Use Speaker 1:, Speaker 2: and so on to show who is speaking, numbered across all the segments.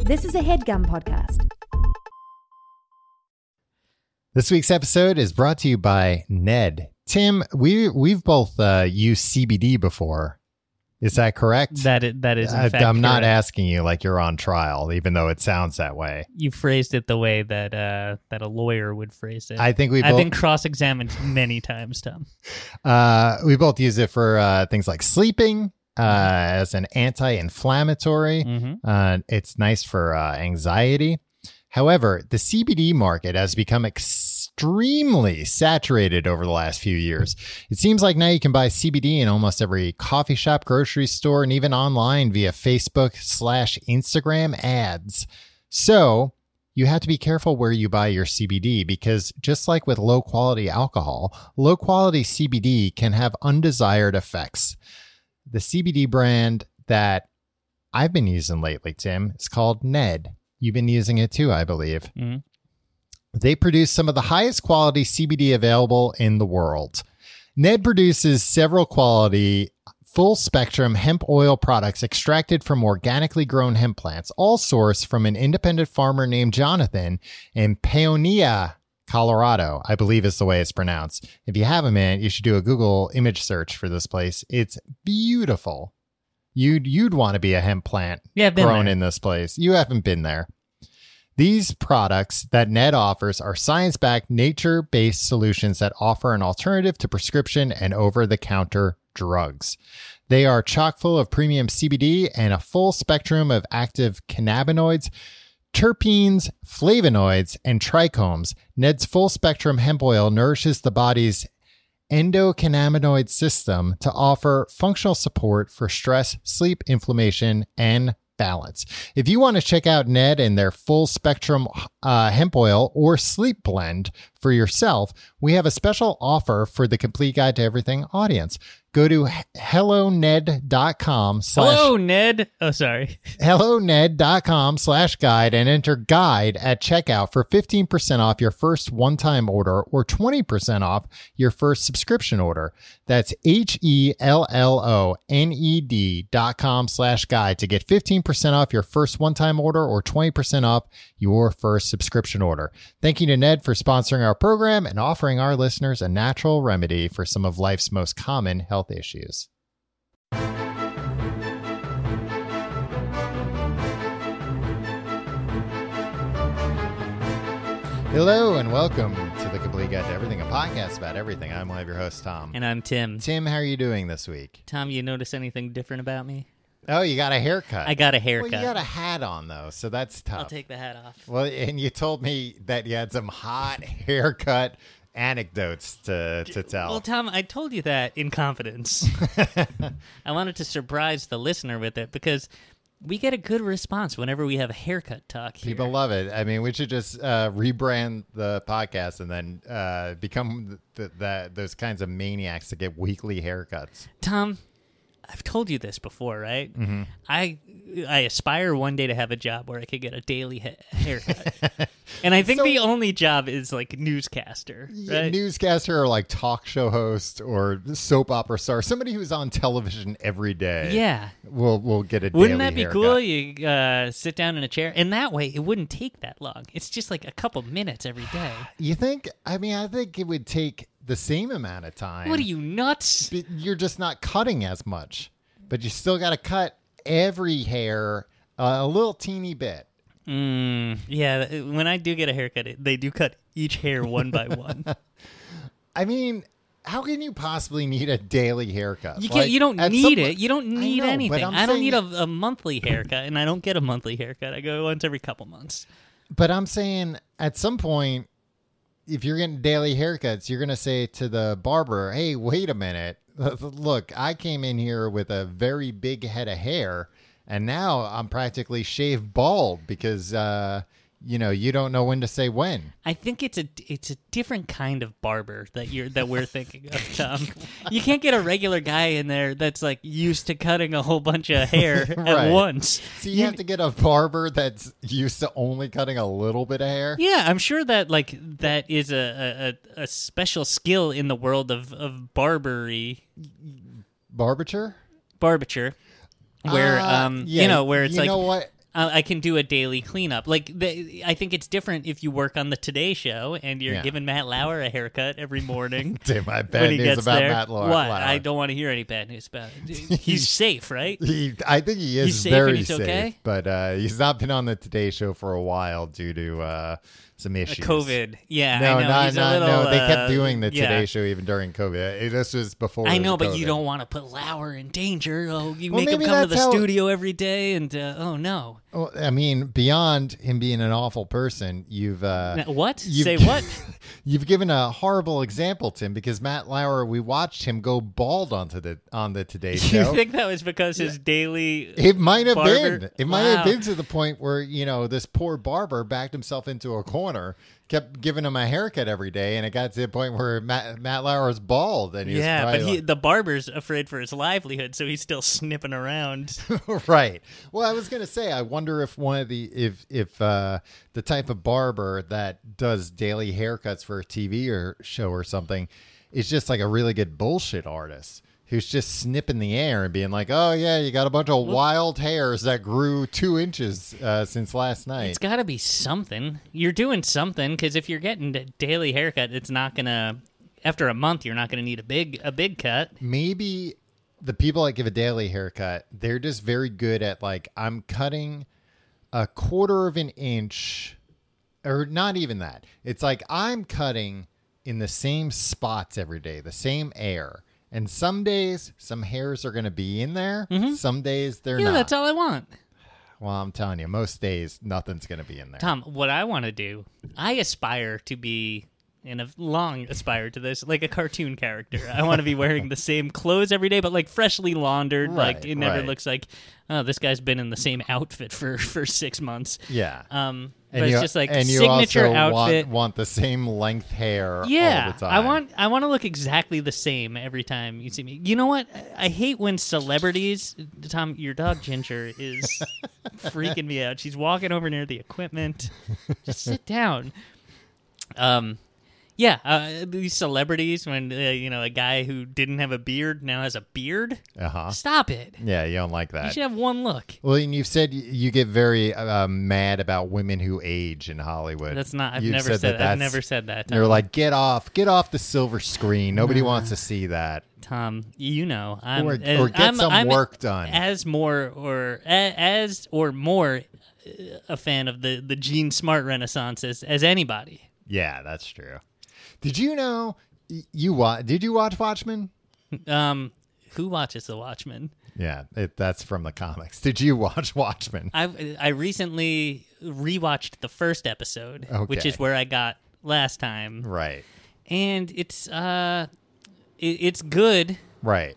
Speaker 1: This is a headgum podcast.
Speaker 2: This week's episode is brought to you by Ned. Tim, we we've both uh, used CBD before. Is that correct?
Speaker 3: That is, that is. In
Speaker 2: I,
Speaker 3: fact
Speaker 2: I'm not
Speaker 3: correct.
Speaker 2: asking you like you're on trial, even though it sounds that way.
Speaker 3: You phrased it the way that uh, that a lawyer would phrase it.
Speaker 2: I think we
Speaker 3: I've
Speaker 2: both
Speaker 3: been cross-examined many times, Tom.
Speaker 2: uh, we both use it for uh, things like sleeping
Speaker 3: Mm-hmm.
Speaker 2: uh, as an anti-inflammatory.
Speaker 3: hmm
Speaker 2: Uh, it's nice for uh, anxiety. However, the CBD market has become extremely saturated over the last few years. It seems like now you can buy CBD in almost every coffee shop, grocery store, and even online via Facebook slash Instagram ads. So you have to be careful where you buy your CBD because just like with low quality alcohol, low quality CBD can have undesired effects. The CBD brand that I've been using lately, Tim. It's called Ned. You've been using it too, I believe.
Speaker 3: Mhm.
Speaker 2: They produce some of the highest quality CBD available in the world. Ned produces several quality full spectrum hemp oil products extracted from organically grown hemp plants, all sourced from an independent farmer named Jonathan in Paonia, Colorado, I believe is the way it's pronounced. If you haven't, man, you should do a Google image search for this place. It's beautiful. You'd you'd want to be a hemp plant
Speaker 3: Yeah, I've been
Speaker 2: grown
Speaker 3: there.
Speaker 2: in this place. You haven't been there. These products that Ned offers are science backed, nature based solutions that offer an alternative to prescription and over the counter drugs. They are chock full of premium CBD and a full spectrum of active cannabinoids, terpenes, flavonoids, and trichomes. Ned's full spectrum hemp oil nourishes the body's endocannabinoid system to offer functional support for stress, sleep, inflammation, and balance. If you want to check out Ned and their full spectrum uh, hemp oil or sleep blend for yourself, we have a special offer for the complete guide to everything audience. Go to he- helloned.com slash
Speaker 3: Hello, Ned. Oh, sorry.
Speaker 2: helloned.com slash guide and enter guide at checkout for 15% off your first one-time order or 20% off your first subscription order that's E h-e-l-l-o-n-e-d E dot com slash guide to get 15% off your first one-time order or 20% off your first subscription order thank you to ned for sponsoring our program and offering our listeners a natural remedy for some of life's most common health issues Hello and welcome to the Complete Guide to Everything, a podcast about everything. I'm one of your hosts, Tom.
Speaker 3: And I'm Tim.
Speaker 2: Tim, how are you doing this week?
Speaker 3: Tom, you notice anything different about me?
Speaker 2: Oh, you got a haircut.
Speaker 3: I got a
Speaker 2: Well,
Speaker 3: haircut.
Speaker 2: you got a hat on though, so that's tough.
Speaker 3: I'll take the hat off.
Speaker 2: well, and you told me that you had some hot haircut anecdotes to to tell.
Speaker 3: Well, Tom, I told you that in confidence. I wanted to surprise the listener with it because we get a good response whenever we have a haircut talk here.
Speaker 2: People love it. I mean, we should just uh, rebrand the podcast and then uh, become th- th- that those kinds of maniacs that get weekly haircuts.
Speaker 3: Tom, I've told you this before, right?
Speaker 2: Mm-hmm.
Speaker 3: I I aspire one day to have a job where I could get a daily ha- haircut, and I think
Speaker 2: So-
Speaker 3: the only job is like newscaster,
Speaker 2: Yeah,
Speaker 3: right?
Speaker 2: newscaster or like talk show host or soap opera star, somebody who's on television every day.
Speaker 3: yeah.
Speaker 2: We'll we'll get a
Speaker 3: Wouldn't
Speaker 2: daily
Speaker 3: that be
Speaker 2: haircut.
Speaker 3: cool? You uh, sit down in a chair, and that way it wouldn't take that long. It's just like a couple minutes every day.
Speaker 2: You think I mean I think it would take the same amount of time.
Speaker 3: What are you nuts?
Speaker 2: but you're just not cutting as much. But you still gotta cut every hair uh, a little teeny bit.
Speaker 3: Mm, yeah, th- when I do get a haircut, it, they do cut each hair one by one.
Speaker 2: I mean, how can you possibly need a daily haircut?
Speaker 3: You can't.
Speaker 2: Like,
Speaker 3: you don't
Speaker 2: at
Speaker 3: need
Speaker 2: some-
Speaker 3: it. You don't
Speaker 2: I
Speaker 3: need
Speaker 2: know, but
Speaker 3: anything.
Speaker 2: I'm
Speaker 3: I don't
Speaker 2: saying-
Speaker 3: need a, a monthly haircut, and I don't get a monthly haircut. I go once every couple months.
Speaker 2: But I'm saying at some point, if you're getting daily haircuts, you're going to say to the barber, hey, wait a minute. Look, I came in here with a very big head of hair, and now I'm practically shaved bald because, uh, you know, you don't know when to say when.
Speaker 3: I think it's a it's a different kind of barber that you're that we're thinking of, Tom. you can't get a regular guy in there that's like used to cutting a whole bunch of hair
Speaker 2: Right.
Speaker 3: at once.
Speaker 2: So you have to get a barber that's used to only cutting a little bit of hair.
Speaker 3: Yeah, I'm sure that like that is a a, a, a special skill in the world of of barbery
Speaker 2: Barbature?
Speaker 3: barbiture, where
Speaker 2: Uh,
Speaker 3: um
Speaker 2: yeah,
Speaker 3: Uh, you know where it's
Speaker 2: you
Speaker 3: like
Speaker 2: know what?
Speaker 3: uh, I can do a daily cleanup. Like the, I think it's different if you work on the Today Show and you're
Speaker 2: Yeah.
Speaker 3: giving Matt Lauer a haircut every morning.
Speaker 2: Dude, my bad
Speaker 3: when he
Speaker 2: news
Speaker 3: gets
Speaker 2: about
Speaker 3: there.
Speaker 2: Matt Lauer.
Speaker 3: What?
Speaker 2: Lauer.
Speaker 3: I don't want to hear any bad news about it. He's safe, right?
Speaker 2: He, I think he is
Speaker 3: He's safe and
Speaker 2: very
Speaker 3: he's
Speaker 2: safe,
Speaker 3: okay?
Speaker 2: but uh, he's not been on the Today Show for a while due to uh, some issues.
Speaker 3: COVID. Yeah,
Speaker 2: No,
Speaker 3: I know.
Speaker 2: not,
Speaker 3: He's a
Speaker 2: not,
Speaker 3: little,
Speaker 2: no. They
Speaker 3: uh,
Speaker 2: kept doing the
Speaker 3: yeah.
Speaker 2: Today Show even during COVID. Uh, This was before.
Speaker 3: I know, but you
Speaker 2: COVID.
Speaker 3: don't want to put Lauer in danger. Oh, you
Speaker 2: Well,
Speaker 3: make him
Speaker 2: maybe
Speaker 3: come to the
Speaker 2: that's how-
Speaker 3: studio every day, and uh, oh no,
Speaker 2: Well, I mean, beyond him being an awful person, you've uh,
Speaker 3: what?
Speaker 2: you've-
Speaker 3: Say what?
Speaker 2: you've given a horrible example, Tim, because Matt Lauer. We watched him go bald onto the on the Today
Speaker 3: you
Speaker 2: Show.
Speaker 3: think that was because his daily?
Speaker 2: It might have
Speaker 3: Barber-
Speaker 2: been. It might
Speaker 3: Wow.
Speaker 2: have been to the point where you know this poor barber backed himself into a corner, kept giving him a haircut every day, and it got to the point where Matt, Matt Lauer was bald, and he
Speaker 3: yeah,
Speaker 2: was
Speaker 3: but he,
Speaker 2: probably
Speaker 3: the barber's afraid for his livelihood, so he's still snipping around.
Speaker 2: like- right. Well, I was gonna say, I wonder if one of the if if uh, the type of barber that does daily haircuts for a TV or show or something is just like a really good bullshit artist. Who's just snipping the air and being like, "Oh yeah, you got a bunch of wild hairs that grew two inches uh, since last night."
Speaker 3: It's got to be something. You're doing something because if you're getting a daily haircut, it's not gonna. After a month, you're not gonna need a big a big cut.
Speaker 2: maybe the people that give a daily haircut, they're just very good at like I'm cutting a quarter of an inch or not even that. It's like I'm cutting in the same spots every day, the same air. And some days some hairs are going to be in there. Some days they're
Speaker 3: Mm-hmm. Yeah,
Speaker 2: not.
Speaker 3: that's all I want.
Speaker 2: well, I'm telling you, most days nothing's going to be in there.
Speaker 3: Tom, what I want to do, I aspire to be, and I've long aspired to this, like a cartoon character. I want to be wearing the same clothes every day, but like freshly laundered. like
Speaker 2: Right,
Speaker 3: it never
Speaker 2: right.
Speaker 3: looks like, oh, this guy's been in the same outfit for for six months.
Speaker 2: yeah.
Speaker 3: Um,
Speaker 2: and
Speaker 3: but
Speaker 2: you,
Speaker 3: it's just like
Speaker 2: and you
Speaker 3: signature
Speaker 2: also
Speaker 3: outfit.
Speaker 2: Want, want the same length hair all
Speaker 3: yeah,
Speaker 2: the
Speaker 3: I
Speaker 2: time.
Speaker 3: want I want to look exactly the same every time you see me. You know what? I I hate when celebrities. Tom, your dog Ginger is freaking me out. She's walking over near the equipment. Just sit down. Um, yeah, uh, these celebrities when uh, you know a guy who didn't have a beard now has a beard.
Speaker 2: Uh-huh.
Speaker 3: Stop it.
Speaker 2: Yeah, you don't like that.
Speaker 3: You should have one look.
Speaker 2: Well, and you've said y- you get very uh, mad about women who age in Hollywood.
Speaker 3: That's not. I've
Speaker 2: You've
Speaker 3: never said. that. I've
Speaker 2: that's-
Speaker 3: never said that.
Speaker 2: You're
Speaker 3: Tom.
Speaker 2: like, get off, get off the silver screen. Nobody wants to see that.
Speaker 3: Tom, you know, I'm,
Speaker 2: Or-
Speaker 3: uh,
Speaker 2: or get
Speaker 3: I'm-
Speaker 2: some
Speaker 3: I'm
Speaker 2: work done.
Speaker 3: As more or a- as or more uh, a fan of the the Gene Smart Renaissance as, as anybody.
Speaker 2: Yeah, that's true. Did you know y- you wa- Did you watch Watchmen?
Speaker 3: Um, who watches The Watchmen?
Speaker 2: Yeah, it, that's from the comics. Did you watch Watchmen?
Speaker 3: I I recently rewatched the first episode, which
Speaker 2: Okay.
Speaker 3: is where I got last time,
Speaker 2: Right,
Speaker 3: and it's uh, it, it's good.
Speaker 2: right.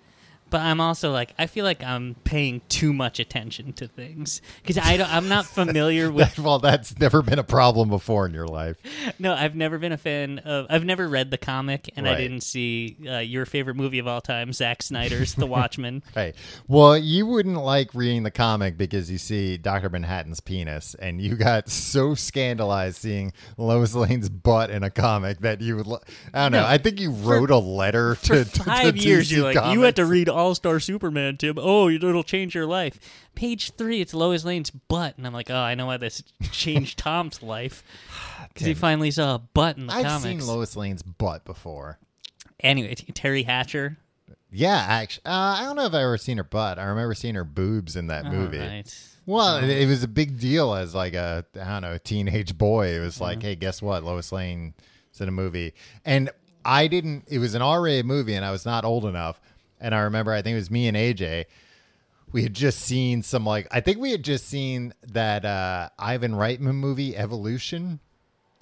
Speaker 3: But I'm also like I feel like I'm paying too much attention to things because I don't, I'm not familiar with
Speaker 2: well, that's never been a problem before in your life.
Speaker 3: No, I've never been a fan of. I've never read the comic, and I
Speaker 2: Right.
Speaker 3: didn't see uh, your favorite movie of all time, Zack Snyder's The Watchmen.
Speaker 2: Right. Well, you wouldn't like reading the comic because you see Dr. Manhattan's penis, and you got so scandalized seeing Lois Lane's butt in a comic that you would. Lo- I don't know.
Speaker 3: No.
Speaker 2: I think you wrote a letter to, to,
Speaker 3: Five
Speaker 2: to
Speaker 3: years,
Speaker 2: DC
Speaker 3: you're like, you had to
Speaker 2: Comics.
Speaker 3: read All Star Superman, Tim. Oh, it'll change your life. Page three, it's Lois Lane's butt, and I'm like, oh, I know why this changed Tom's life because he finally saw a butt in the
Speaker 2: I've
Speaker 3: comics.
Speaker 2: seen Lois Lane's butt before.
Speaker 3: anyway, T- Terry Hatcher.
Speaker 2: Yeah, actually, uh, I don't know if I've ever seen her butt. I remember seeing her boobs in that movie.
Speaker 3: All right.
Speaker 2: Well, it, it was a big deal as like a I don't know teenage boy. It was like, hey, guess what? Lois Lane is in a movie, and I didn't. It was an R-rated movie, and I was not old enough. And I remember, I think it was me and AJ. We had just seen some like I think we had just seen that uh, Ivan Reitman movie Evolution.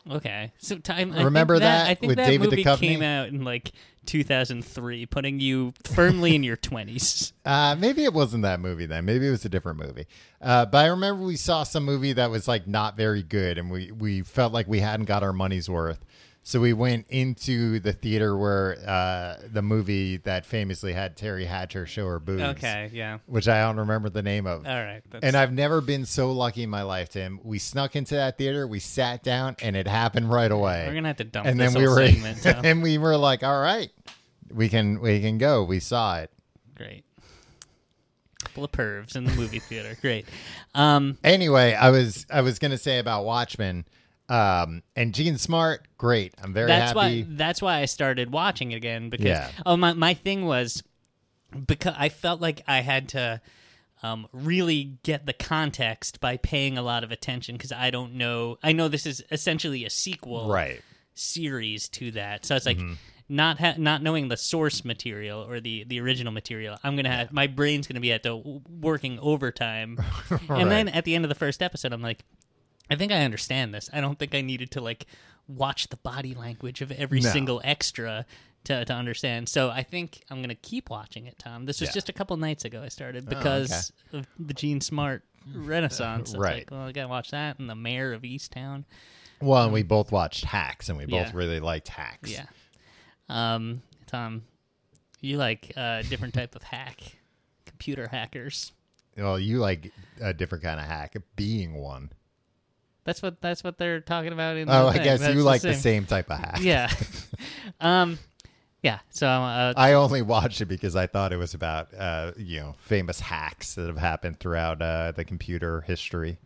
Speaker 3: Okay, so time. I think
Speaker 2: Remember that
Speaker 3: I think
Speaker 2: with
Speaker 3: that
Speaker 2: David
Speaker 3: movie
Speaker 2: Duchovny?
Speaker 3: came out in like 2003, putting you firmly in your 20s.
Speaker 2: Uh, maybe it wasn't that movie then. Maybe it was a different movie. Uh, but I remember we saw some movie that was like not very good, and we we felt like we hadn't got our money's worth. So we went into the theater where uh, the movie that famously had Terry Hatcher show her boobs,
Speaker 3: Okay, Uh, yeah.
Speaker 2: which I don't remember the name of.
Speaker 3: All right. That's,
Speaker 2: And I've never been so lucky in my life, Tim. We snuck into that theater, we sat down, and it happened right away.
Speaker 3: we're gonna have to dump
Speaker 2: and
Speaker 3: this
Speaker 2: then we
Speaker 3: whole
Speaker 2: were
Speaker 3: segment. so-
Speaker 2: and we were like, all right, we can we can go. We saw it.
Speaker 3: Great. couple of pervs in the movie theater. Great. Um,
Speaker 2: Anyway, I was I was gonna say about Watchmen, um, and Gene Smart, great. I'm very
Speaker 3: that's
Speaker 2: happy.
Speaker 3: why that's why I started watching it again because
Speaker 2: Yeah.
Speaker 3: oh my my thing was because I felt like I had to um, really get the context by paying a lot of attention because I don't know I know this is essentially a sequel
Speaker 2: right.
Speaker 3: series to that so it's like
Speaker 2: Mm-hmm.
Speaker 3: not ha- not knowing the source material or the the original material I'm gonna have my brain's gonna be at the w- working overtime and then at the end of the first episode I'm like I think I understand this. I don't think I needed to like watch the body language of every
Speaker 2: No.
Speaker 3: single extra to, to understand. So I think I'm gonna keep watching it, Tom. This was
Speaker 2: Yeah. Oh,
Speaker 3: just a couple nights ago I started because of the Gene Smart Renaissance. It's
Speaker 2: Right.
Speaker 3: Like, well, I gotta watch that and the Mayor of Easttown.
Speaker 2: Well, and we both watched Hacks, and we both
Speaker 3: Yeah.
Speaker 2: really liked Hacks.
Speaker 3: Yeah. Um, Tom, you like a different type of hack, computer hackers.
Speaker 2: Well, you like a different kind of hack, being one.
Speaker 3: That's what that's what they're talking about in.
Speaker 2: Oh,
Speaker 3: the
Speaker 2: I
Speaker 3: thing.
Speaker 2: guess
Speaker 3: That's
Speaker 2: you like the same type of hack.
Speaker 3: yeah. um, yeah. So uh,
Speaker 2: I only watched it because I thought it was about, uh, you know, famous hacks that have happened throughout uh, the computer history.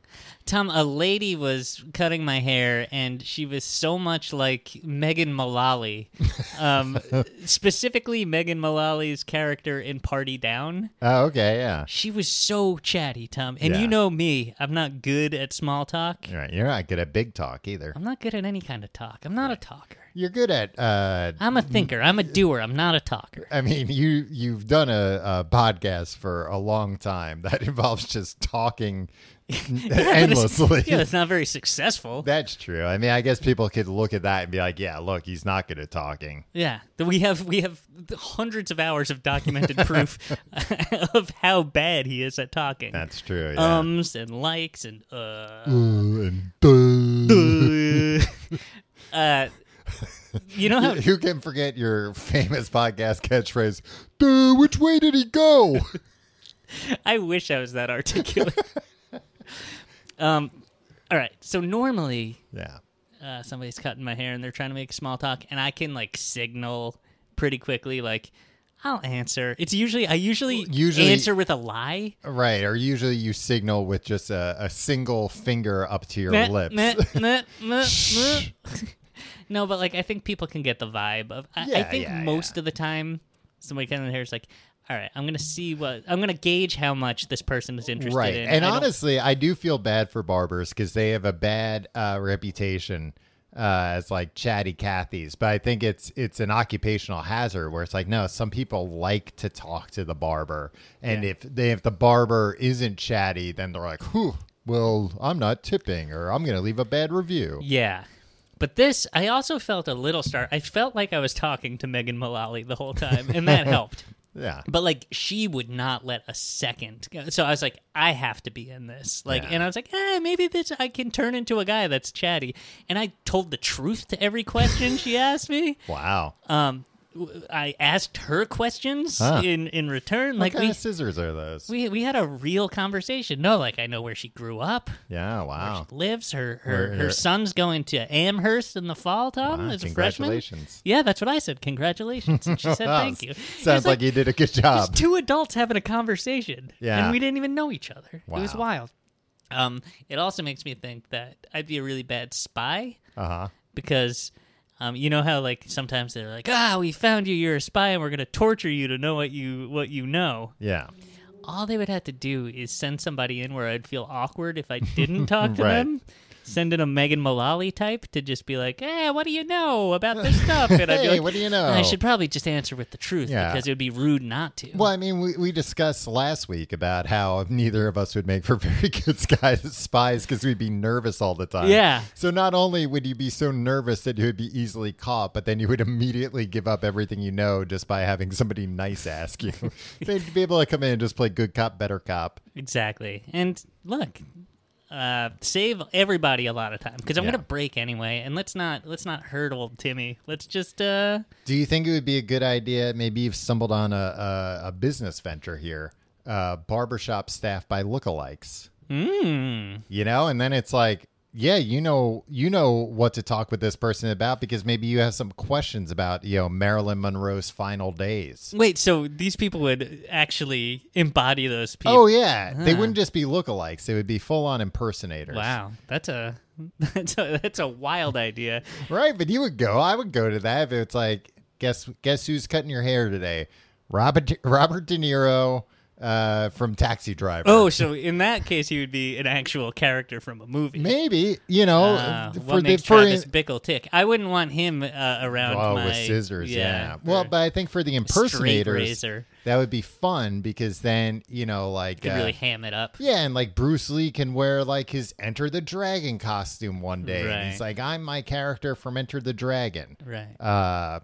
Speaker 3: Tom, a lady was cutting my hair, and she was so much like Megan Mullally, um, specifically Megan Mullally's character in Party Down.
Speaker 2: Oh, okay, yeah.
Speaker 3: She was so chatty, Tom, and
Speaker 2: Yeah.
Speaker 3: you know me, I'm not good at small talk.
Speaker 2: All right, you're not good at big talk either.
Speaker 3: I'm not good at any kind of talk. I'm not a talker.
Speaker 2: You're good at. Uh,
Speaker 3: I'm a thinker. I'm a doer. I'm not a talker.
Speaker 2: I mean, you you've done a, a podcast for a long time that involves just talking
Speaker 3: But it's-
Speaker 2: endlessly.
Speaker 3: Yeah, it's not very successful.
Speaker 2: That's true. I mean, I guess people could look at that and be like, "Yeah, look, he's not good at talking."
Speaker 3: Yeah, th- we have we have th- hundreds of hours of documented proof of how bad he is at talking.
Speaker 2: That's true. Yeah.
Speaker 3: ums and likes and uh,
Speaker 2: Ooh, and boo.
Speaker 3: uh you know how
Speaker 2: Who can forget your famous podcast catchphrase? Duh, which way did he go?
Speaker 3: I wish I was that articulate. um all right, so normally
Speaker 2: yeah.
Speaker 3: uh, somebody's cutting my hair and they're trying to make small talk and I can like signal pretty quickly like I'll answer. It's usually I usually,
Speaker 2: Usually-
Speaker 3: answer with a lie.
Speaker 2: Right. Or usually you signal with just a, a single finger up to your
Speaker 3: Meh,
Speaker 2: lips.
Speaker 3: meh, meh, meh, meh. no, but like I think people can get the vibe of. I, I
Speaker 2: Yeah,
Speaker 3: think
Speaker 2: yeah,
Speaker 3: most of the time, somebody kind of hears like, "All right, I'm gonna see what I'm gonna gauge how much this person is interested
Speaker 2: right.
Speaker 3: in."
Speaker 2: and
Speaker 3: I don't-
Speaker 2: honestly, I do feel bad for barbers because they have a bad uh, reputation uh, as like chatty Cathy's. But I think it's it's an occupational hazard where it's like, no, some people like to talk to the barber, and if they if the barber isn't chatty, then they're like, whew. Well, I'm not tipping, or I'm going to leave a bad review.
Speaker 3: yeah. But this, I also felt a little star. I felt like I was talking to Megan Mullally the whole time, and that helped.
Speaker 2: Yeah.
Speaker 3: But like, she would not let a second. go. So I was like, I have to be in this. Like,
Speaker 2: Yeah.
Speaker 3: and I was like, eh, maybe this I can turn into a guy that's chatty. And I told the truth to every question she asked me.
Speaker 2: Wow.
Speaker 3: um w- I asked her questions
Speaker 2: Huh.
Speaker 3: in in return.
Speaker 2: what
Speaker 3: Like
Speaker 2: kind
Speaker 3: we,
Speaker 2: of scissors are those?
Speaker 3: we we had a real conversation. No, like I know where she grew up,
Speaker 2: yeah. Wow.
Speaker 3: she lives. Her
Speaker 2: Where-
Speaker 3: her her
Speaker 2: her-
Speaker 3: son's going to Amherst in the fall. Tom
Speaker 2: Wow,
Speaker 3: as a freshman.
Speaker 2: Congratulations.
Speaker 3: Yeah, that's what I said. Congratulations, and she said thank you. It
Speaker 2: Sounds
Speaker 3: was
Speaker 2: like you did a good
Speaker 3: there's
Speaker 2: job.
Speaker 3: two adults having a conversation.
Speaker 2: Um, Yeah.
Speaker 3: And we didn't even know each other. It was
Speaker 2: Wow.
Speaker 3: wild. Um, it also makes me think that I'd be a really bad spy
Speaker 2: Uh huh.
Speaker 3: because um, you know how like sometimes they're like, ah, we found you, you're a spy, and we're gonna torture you to know what you what you know.
Speaker 2: Yeah.
Speaker 3: All they would have to do is send somebody in where I'd feel awkward if I didn't talk to
Speaker 2: Right.
Speaker 3: them. Send in a Megan Mullally type to just be like, "Hey, what do you know about this stuff?" And I'd be
Speaker 2: Hey,
Speaker 3: like,
Speaker 2: what do you know?
Speaker 3: I should probably just answer with the truth
Speaker 2: Yeah.
Speaker 3: because it would be rude not to.
Speaker 2: Well, I mean, we, we discussed last week about how neither of us would make for very good skies, spies because we'd be nervous all the time.
Speaker 3: Yeah.
Speaker 2: So not only would you be so nervous that you would be easily caught, but then you would immediately give up everything you know just by having somebody nice ask you. They'd be able to come in and just play good cop, better cop.
Speaker 3: Exactly. And look, uh, save everybody a lot of time because I'm
Speaker 2: Yeah.
Speaker 3: gonna break anyway, and let's not let's not hurt old Timmy. Let's just uh,
Speaker 2: Do you think it would be a good idea? Maybe you've stumbled on a, a, a business venture here, uh, barbershop staff by lookalikes.
Speaker 3: mm,
Speaker 2: you know and then it's like yeah, you know, you know what to talk with this person about because maybe you have some questions about, you know, Marilyn Monroe's final days.
Speaker 3: Wait, so these people would actually embody those people?
Speaker 2: Oh yeah, they
Speaker 3: Huh.
Speaker 2: wouldn't just be lookalikes; they would be full-on impersonators.
Speaker 3: wow, that's a that's a that's a wild idea.
Speaker 2: Right, but you would go. I would go to that if it's like, guess guess who's cutting your hair today? Robert Robert De Niro uh, from Taxi Driver.
Speaker 3: Oh, so in that case, he would be an actual character from a movie.
Speaker 2: maybe you know
Speaker 3: Uh, what
Speaker 2: the
Speaker 3: makes Travis Bickle tick? I wouldn't want him uh, around
Speaker 2: oh
Speaker 3: my
Speaker 2: with scissors. Yeah.
Speaker 3: or
Speaker 2: Well, but I think for the
Speaker 3: straight
Speaker 2: impersonators,
Speaker 3: razor.
Speaker 2: that would be fun because then you know, like
Speaker 3: Could
Speaker 2: uh,
Speaker 3: really ham it up.
Speaker 2: Yeah, and like Bruce Lee can wear like his Enter the Dragon costume one day. And he's like, I'm my character from Enter the Dragon.
Speaker 3: Right.
Speaker 2: Uh,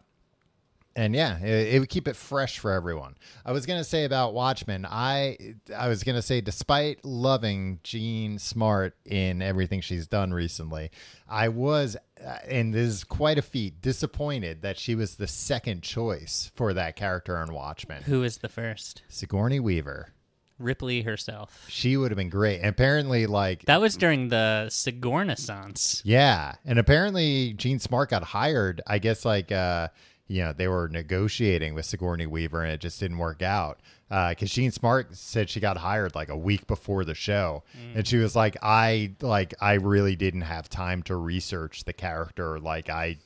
Speaker 2: and yeah, it, it would keep it fresh for everyone. I was gonna say about Watchmen. I I was gonna say, despite loving Jean Smart in everything she's done recently, I was, uh, and this is quite a feat, disappointed that she was the second choice for that character in Watchmen.
Speaker 3: Who is the first?
Speaker 2: Sigourney Weaver.
Speaker 3: Ripley herself.
Speaker 2: She would have been great. And apparently, like
Speaker 3: That was during the Sigornaissance.
Speaker 2: Yeah, and apparently Gene Smart got hired. I guess like uh, you know they were negotiating with Sigourney Weaver, and it just didn't work out because Gene Smart said she got hired like a week before the show,
Speaker 3: Mm.
Speaker 2: and she was like, "I like I really didn't have time to research the character. Like I,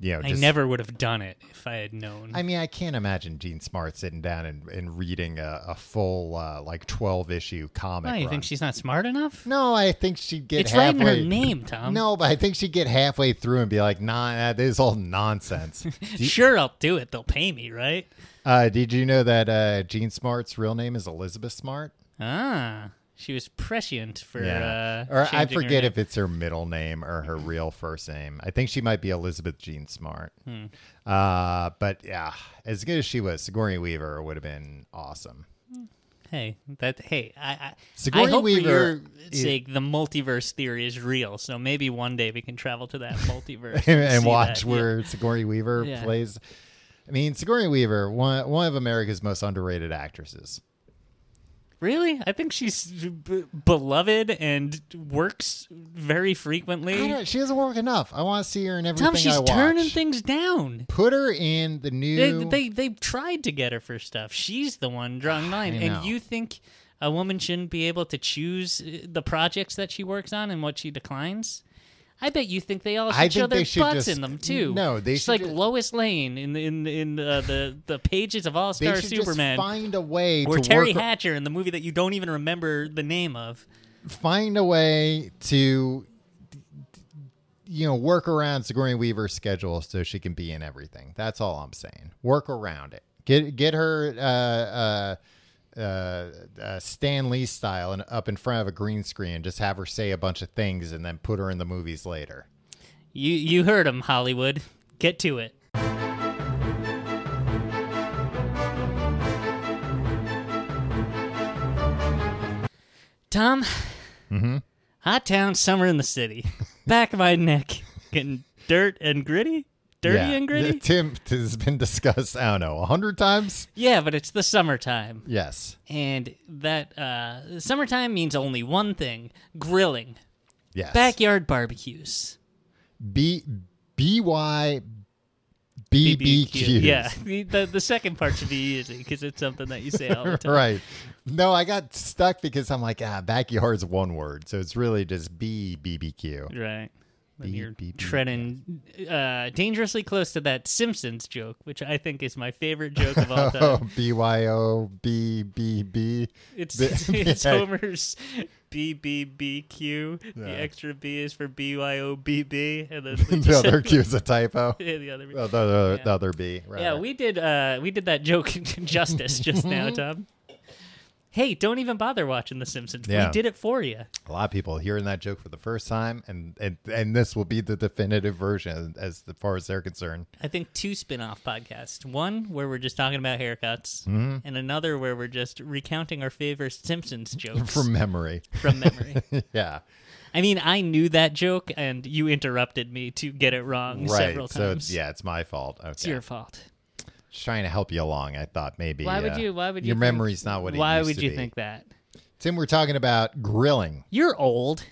Speaker 2: you know,
Speaker 3: I
Speaker 2: just,
Speaker 3: never would have done it if I had known.
Speaker 2: I mean, I can't imagine Gene Smart sitting down and, and reading a, a full uh, like twelve issue comic.
Speaker 3: Why, you
Speaker 2: run.
Speaker 3: think she's not smart enough?
Speaker 2: No, I think she'd get
Speaker 3: It's right in
Speaker 2: halfway.
Speaker 3: her name, Tom.
Speaker 2: No, but I think she'd get halfway through and be like, "Nah, nah, this is all nonsense." Do you-
Speaker 3: Sure, I'll do it. They'll pay me, right?
Speaker 2: uh, did you know that uh, Gene Smart's real name is Elizabeth Smart?
Speaker 3: Ah, she was prescient for. Uh,
Speaker 2: or I
Speaker 3: changing her
Speaker 2: forget
Speaker 3: name.
Speaker 2: if it's her middle name or her real first name. I think she might be Elizabeth Jean Smart.
Speaker 3: Hmm.
Speaker 2: Uh, but yeah, as good as she was, Sigourney Weaver would have been awesome.
Speaker 3: Hey, that hey, I I, I
Speaker 2: Sigourney
Speaker 3: hope
Speaker 2: Weaver
Speaker 3: for your
Speaker 2: is-
Speaker 3: sake the multiverse theory is real. So maybe one day we can travel to that multiverse
Speaker 2: and, and
Speaker 3: see
Speaker 2: watch
Speaker 3: that. Yeah.
Speaker 2: where Sigourney Weaver
Speaker 3: Yeah.
Speaker 2: plays. I mean, Sigourney Weaver, one one of America's most underrated actresses.
Speaker 3: Really, I think she's b- beloved and works very
Speaker 2: I
Speaker 3: frequently.
Speaker 2: don't, she doesn't work enough. I want to see her in everything
Speaker 3: Tom, she's
Speaker 2: I watch.
Speaker 3: turning things down.
Speaker 2: Put her in the
Speaker 3: They,
Speaker 2: new.
Speaker 3: they they tried to get her for stuff. She's the one drawing the line,
Speaker 2: Ah, I know.
Speaker 3: and you think a woman shouldn't be able to choose uh, the projects that she works on and what she declines? I bet you think they all
Speaker 2: I
Speaker 3: should show
Speaker 2: think they
Speaker 3: their
Speaker 2: should
Speaker 3: butts
Speaker 2: just-
Speaker 3: in them too.
Speaker 2: no, they
Speaker 3: She's
Speaker 2: should
Speaker 3: like
Speaker 2: ju-
Speaker 3: Lois Lane in in in uh, the the pages of All
Speaker 2: they
Speaker 3: Star
Speaker 2: should
Speaker 3: Superman.
Speaker 2: just find a way
Speaker 3: or
Speaker 2: to
Speaker 3: Terry
Speaker 2: work.
Speaker 3: Hatcher in the movie that you don't even remember the name of.
Speaker 2: Find a way to, you know, work around Sigourney Weaver's schedule so she can be in everything. That's all I'm saying. Work around it. Get get her. Uh, uh, uh, uh, Stan Lee style and up in front of a green screen, just have her say a bunch of things and then put her in the movies later.
Speaker 3: You you heard him, Hollywood. Get to it. Tom. Mm-hmm. Hot town, summer in the city. Back of my neck, getting dirt and gritty, dirty
Speaker 2: Yeah.
Speaker 3: and gritty.
Speaker 2: Tim this has been discussed, I don't know, a hundred times.
Speaker 3: Yeah, but it's the summertime,
Speaker 2: Yes.
Speaker 3: and that uh, summertime means only one thing: grilling,
Speaker 2: Yes.
Speaker 3: backyard barbecues.
Speaker 2: B B Y B E B Q.
Speaker 3: BBQ. Yeah, the, the, the second part should be easy because it's something that you say all the time.
Speaker 2: Right. No, I got stuck because I'm like, ah, backyard's one word, so it's really just B B B Q.
Speaker 3: Right. When
Speaker 2: B-
Speaker 3: you're
Speaker 2: E B- B-
Speaker 3: treading uh, dangerously close to that Simpsons joke, which I think is my favorite joke of all
Speaker 2: Oh,
Speaker 3: time.
Speaker 2: B Y O B B B.
Speaker 3: It's,
Speaker 2: B-
Speaker 3: it's
Speaker 2: yeah.
Speaker 3: Homer's BBBQ. The
Speaker 2: Yeah.
Speaker 3: extra B is for BYOBB. And then we
Speaker 2: The
Speaker 3: just-
Speaker 2: other Q is a typo.
Speaker 3: yeah, the other.
Speaker 2: Oh, the, the,
Speaker 3: Yeah.
Speaker 2: the other B. Right.
Speaker 3: Yeah, we did uh, we did that joke justice just now, Tom. Hey, don't even bother watching The Simpsons.
Speaker 2: Yeah.
Speaker 3: We did it for you.
Speaker 2: a lot of people hearing that joke for the first time, and and and this will be the definitive version as far as they're concerned.
Speaker 3: I think two spin-off podcasts. One where we're just talking about haircuts,
Speaker 2: Mm-hmm.
Speaker 3: and another where we're just recounting our favorite Simpsons jokes
Speaker 2: from memory.
Speaker 3: from memory.
Speaker 2: yeah,
Speaker 3: I mean, I knew that joke, and you interrupted me to get it wrong
Speaker 2: right.
Speaker 3: several
Speaker 2: So
Speaker 3: times.
Speaker 2: yeah, it's my fault. Okay,
Speaker 3: it's your fault.
Speaker 2: Just trying to help you along. I thought maybe.
Speaker 3: Why
Speaker 2: uh,
Speaker 3: would you? Why would you?
Speaker 2: Your
Speaker 3: think-
Speaker 2: memory's not what it
Speaker 3: Why
Speaker 2: used
Speaker 3: would
Speaker 2: to
Speaker 3: you
Speaker 2: be.
Speaker 3: think that?
Speaker 2: Tim, we're talking about grilling.
Speaker 3: You're old.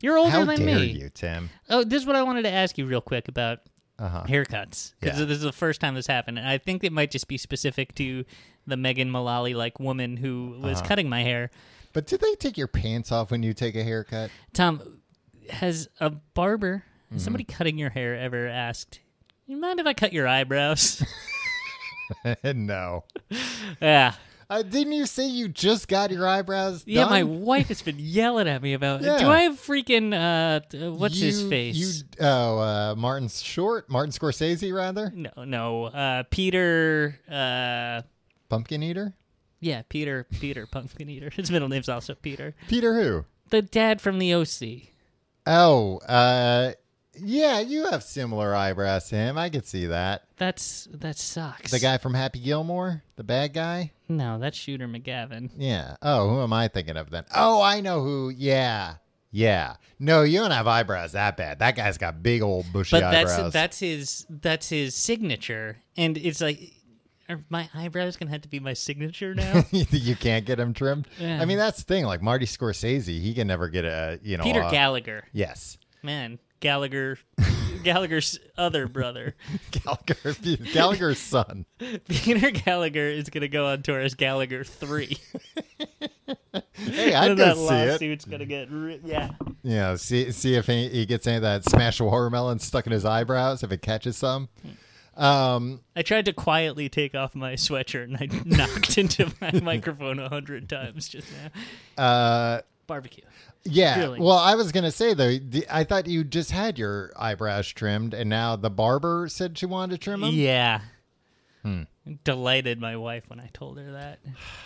Speaker 3: You're older
Speaker 2: How
Speaker 3: than
Speaker 2: dare
Speaker 3: me.
Speaker 2: you, Tim?
Speaker 3: Oh, this is what I wanted to ask you real quick about
Speaker 2: Uh huh.
Speaker 3: haircuts because
Speaker 2: Yeah.
Speaker 3: this is the first time this happened, and I think it might just be specific to the Megan Mullally like woman who was
Speaker 2: Uh-huh.
Speaker 3: cutting my hair.
Speaker 2: But did they take your pants off when you take a haircut?
Speaker 3: Tom, has a barber, has somebody
Speaker 2: Mm-hmm.
Speaker 3: cutting your hair, ever asked? You mind if I cut your eyebrows?
Speaker 2: no.
Speaker 3: yeah,
Speaker 2: Uh, didn't you say you just got your eyebrows
Speaker 3: yeah. My
Speaker 2: done?
Speaker 3: wife has been yelling at me about.
Speaker 2: Yeah.
Speaker 3: Do I have freaking uh, t- uh, what's his
Speaker 2: You-
Speaker 3: face?
Speaker 2: You oh, uh, Martin Short, Martin Scorsese, rather,
Speaker 3: No, no. Uh, Peter. Uh,
Speaker 2: Pumpkin Eater.
Speaker 3: yeah, Peter. Peter Pumpkin Eater. His middle name's also Peter.
Speaker 2: Peter who?
Speaker 3: The dad from the OC.
Speaker 2: Oh, uh, yeah, you have similar eyebrows to him. I could see that.
Speaker 3: That's that sucks.
Speaker 2: The guy from Happy Gilmore, the bad guy.
Speaker 3: No, that's Shooter McGavin.
Speaker 2: Yeah. Oh, who am I thinking of then? Oh, I know who. Yeah. Yeah. No, you don't have eyebrows that bad. That guy's got big old bushy
Speaker 3: But
Speaker 2: eyebrows.
Speaker 3: that's that's his that's his signature, and it's like. Are my eyebrows gonna have to be my signature now?
Speaker 2: you can't get him trimmed.
Speaker 3: Yeah.
Speaker 2: I mean, that's the thing. Like Marty Scorsese, he can never get a you know.
Speaker 3: Peter
Speaker 2: a-
Speaker 3: Gallagher,
Speaker 2: Yes.
Speaker 3: man, Gallagher, Gallagher's other brother,
Speaker 2: Gallagher, Gallagher's son.
Speaker 3: Peter Gallagher is gonna go on tour as Gallagher three.
Speaker 2: Hey, I'd
Speaker 3: And
Speaker 2: go
Speaker 3: that
Speaker 2: see it.
Speaker 3: lawsuit's gonna get ri- yeah.
Speaker 2: Yeah, see see if he, he gets any of that smashed watermelon stuck in his eyebrows. If it catches some, um,
Speaker 3: I tried to quietly take off my sweatshirt and I knocked into my microphone a hundred times just now.
Speaker 2: uh,
Speaker 3: Barbecue.
Speaker 2: yeah.
Speaker 3: Really?
Speaker 2: Well, I was gonna say though, the, I thought you just had your eyebrows trimmed, and now the barber said she wanted to trim them.
Speaker 3: Yeah.
Speaker 2: Hmm.
Speaker 3: Delighted my wife when I told her that.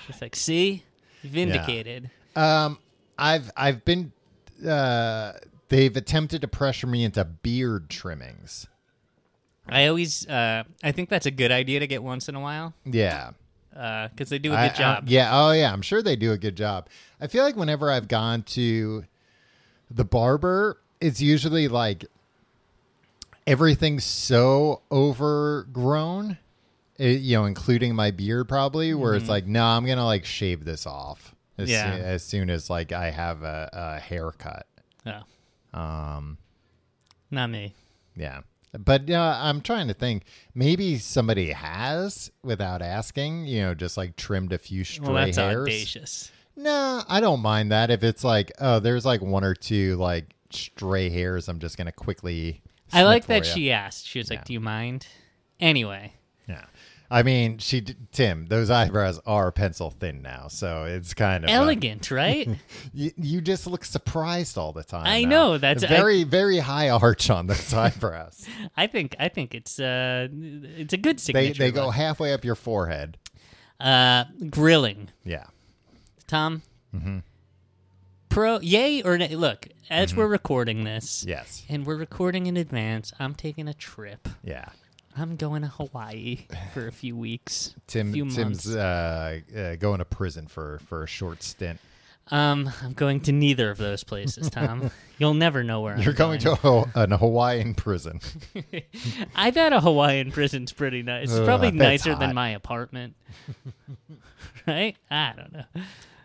Speaker 3: She's like, "See, vindicated."
Speaker 2: Um, I've I've been uh, they've attempted to pressure me into beard trimmings.
Speaker 3: I always, uh, I think that's a good idea to get once in a while
Speaker 2: Yeah.
Speaker 3: because they do a
Speaker 2: I-
Speaker 3: good
Speaker 2: I-
Speaker 3: job.
Speaker 2: yeah. Oh, yeah. I'm sure they do a good job. I feel like whenever I've gone to the barber, it's usually like everything's so overgrown, it, you know, including my beard, probably, where it's like, no, I'm going to like shave this off as,
Speaker 3: Mm-hmm. Yeah.
Speaker 2: soon, as soon as like I have a, a haircut.
Speaker 3: Oh.
Speaker 2: Um,
Speaker 3: Not me.
Speaker 2: Yeah. But uh, I'm trying to think. Maybe somebody has, without asking, you know, just like trimmed a few stray
Speaker 3: Well, that's
Speaker 2: hairs.
Speaker 3: audacious.
Speaker 2: Nah, I don't mind that if it's like, oh, there's like one or two like stray hairs. I'm just gonna quickly.
Speaker 3: I
Speaker 2: snip
Speaker 3: like that
Speaker 2: for ya.
Speaker 3: she asked. She was
Speaker 2: Yeah.
Speaker 3: like, "Do you mind?" Anyway,
Speaker 2: Yeah, I mean, she d- Tim. Those eyebrows are pencil thin now, so it's kind of uh,
Speaker 3: elegant, right?
Speaker 2: you, you just look surprised all the time.
Speaker 3: I
Speaker 2: now.
Speaker 3: know, that's- I-
Speaker 2: very very high arch on those eyebrows.
Speaker 3: I think I think it's uh, it's a good
Speaker 2: they
Speaker 3: signature.
Speaker 2: they go
Speaker 3: look.
Speaker 2: halfway up your forehead.
Speaker 3: uh, grilling.
Speaker 2: Yeah.
Speaker 3: Tom.
Speaker 2: Mm-hmm.
Speaker 3: Pro, yay or nay? Look, as we're recording this,
Speaker 2: Yes.
Speaker 3: and we're recording in advance. I'm taking a trip.
Speaker 2: Yeah.
Speaker 3: I'm going to Hawaii for a few weeks.
Speaker 2: Tim
Speaker 3: a few
Speaker 2: Tim's
Speaker 3: months.
Speaker 2: uh, uh, going to prison for for a short stint.
Speaker 3: Um, I'm going to neither of those places, Tom. You'll never know where
Speaker 2: You're
Speaker 3: I'm
Speaker 2: going to a, an Hawaiian prison.
Speaker 3: I bet a Hawaiian prison's pretty nice. It's
Speaker 2: Ugh,
Speaker 3: probably
Speaker 2: I bet it's
Speaker 3: nicer
Speaker 2: hot.
Speaker 3: than my apartment. right? I don't know.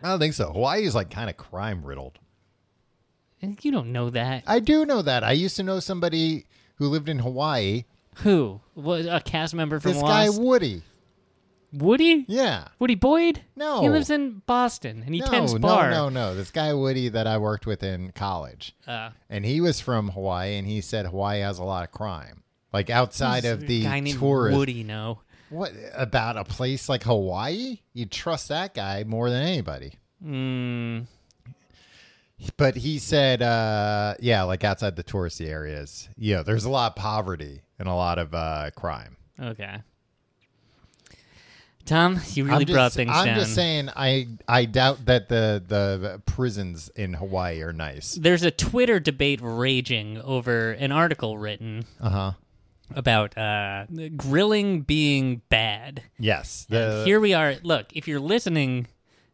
Speaker 2: I don't think so. Hawaii is like kind of crime riddled.
Speaker 3: You don't know that.
Speaker 2: I do know that. I used to know somebody who lived in Hawaii.
Speaker 3: Who? Was a cast member from
Speaker 2: this guy
Speaker 3: Lost?
Speaker 2: Woody.
Speaker 3: Woody?
Speaker 2: Yeah.
Speaker 3: Woody Boyd?
Speaker 2: No.
Speaker 3: He lives in Boston and he
Speaker 2: no,
Speaker 3: tends
Speaker 2: no,
Speaker 3: bar.
Speaker 2: no, no. This guy Woody that I worked with in college,
Speaker 3: Uh,
Speaker 2: and he was from Hawaii, and he said Hawaii has a lot of crime, like outside
Speaker 3: there's
Speaker 2: of
Speaker 3: a
Speaker 2: the
Speaker 3: guy named
Speaker 2: tourist.
Speaker 3: Woody, no.
Speaker 2: What about a place like Hawaii? You trust that guy more than anybody.
Speaker 3: Mm,
Speaker 2: But he said, uh, yeah, like outside the touristy areas, you know, there's a lot of poverty and a lot of uh, crime.
Speaker 3: Okay. Tom, you really
Speaker 2: I'm just-
Speaker 3: brought things
Speaker 2: I'm
Speaker 3: down.
Speaker 2: just saying, I I doubt that the the prisons in Hawaii are nice.
Speaker 3: There's a Twitter debate raging over an article written
Speaker 2: Uh huh.
Speaker 3: about uh, grilling being bad.
Speaker 2: Yes.
Speaker 3: and here we are. Look, if you're listening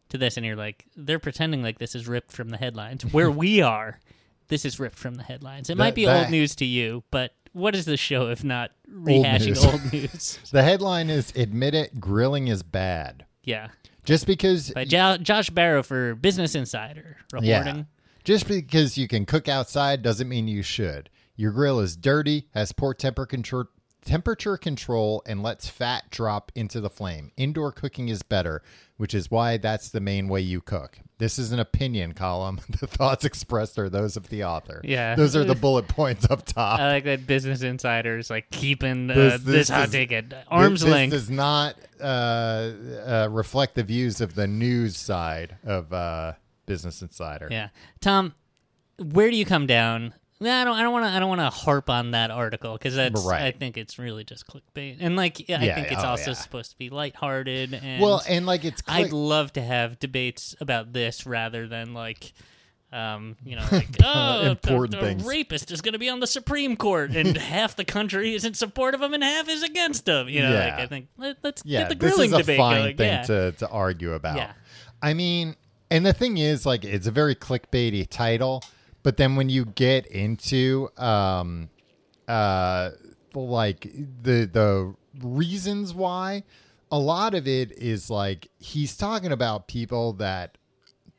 Speaker 3: to this and you're like, they're pretending like this is ripped from the headlines, where we are, this is ripped from the headlines. It
Speaker 2: That-
Speaker 3: might be
Speaker 2: that-
Speaker 3: old news to you, but what is this show if not
Speaker 2: news.
Speaker 3: rehashing old news?
Speaker 2: the headline is "Admit it, grilling is bad."
Speaker 3: yeah.
Speaker 2: Just because,
Speaker 3: By jo- Josh Barrow for Business Insider reporting.
Speaker 2: yeah, Just because you can cook outside doesn't mean you should. Your grill is dirty, has poor temper control, temperature control, and lets fat drop into the flame. Indoor cooking is better, which is why that's the main way you cook. This is an opinion column. The thoughts expressed are those of the author.
Speaker 3: Yeah. Uh,
Speaker 2: Those are the bullet points up top.
Speaker 3: I like that Business Insider is like keeping uh,
Speaker 2: This-
Speaker 3: this,
Speaker 2: this
Speaker 3: hot
Speaker 2: is-
Speaker 3: take at arm's
Speaker 2: This- this
Speaker 3: length.
Speaker 2: does not uh, uh, reflect the views of the news side of uh, Business Insider.
Speaker 3: Yeah, Tom, where do you come down? Nah, I don't. I don't want to. I don't want to harp on that article because that's.
Speaker 2: Right.
Speaker 3: I think it's really just clickbait, and like yeah, I
Speaker 2: Yeah,
Speaker 3: think it's
Speaker 2: oh,
Speaker 3: also
Speaker 2: yeah.
Speaker 3: supposed to be lighthearted. And
Speaker 2: Well, and like it's
Speaker 3: I'd
Speaker 2: click-
Speaker 3: love to have debates about this rather than like. Um, you know, like oh, the-
Speaker 2: Uh, Important
Speaker 3: the,
Speaker 2: things.
Speaker 3: rapist is going to be on the Supreme Court, and half the country is in support of him, and half is against him. You know, like
Speaker 2: Yeah.
Speaker 3: I think let, us
Speaker 2: yeah,
Speaker 3: get the
Speaker 2: this
Speaker 3: grilling
Speaker 2: is a
Speaker 3: debate
Speaker 2: fine
Speaker 3: going.
Speaker 2: thing
Speaker 3: yeah.
Speaker 2: to to argue about.
Speaker 3: Yeah.
Speaker 2: I mean, and the thing is, like, it's a very clickbaity title, but then when you get into um, uh, like the the reasons why, a lot of it is like he's talking about people that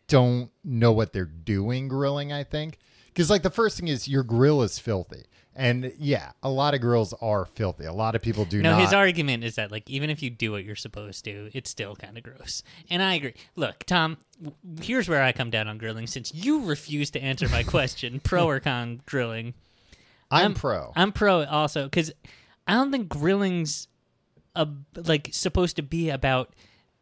Speaker 2: don't know what they're doing grilling, I think. Because, like, the first thing is your grill is filthy. And yeah, a lot of grills are filthy. A lot of people do
Speaker 3: No,
Speaker 2: not.
Speaker 3: his argument is that like even if you do what you're supposed to, it's still kind of gross. And I agree. Look, Tom, w- here's where I come down on grilling since you refuse to answer my question, pro or con grilling.
Speaker 2: I'm, pro.
Speaker 3: I'm pro also cuz I don't think grilling's a, like supposed to be about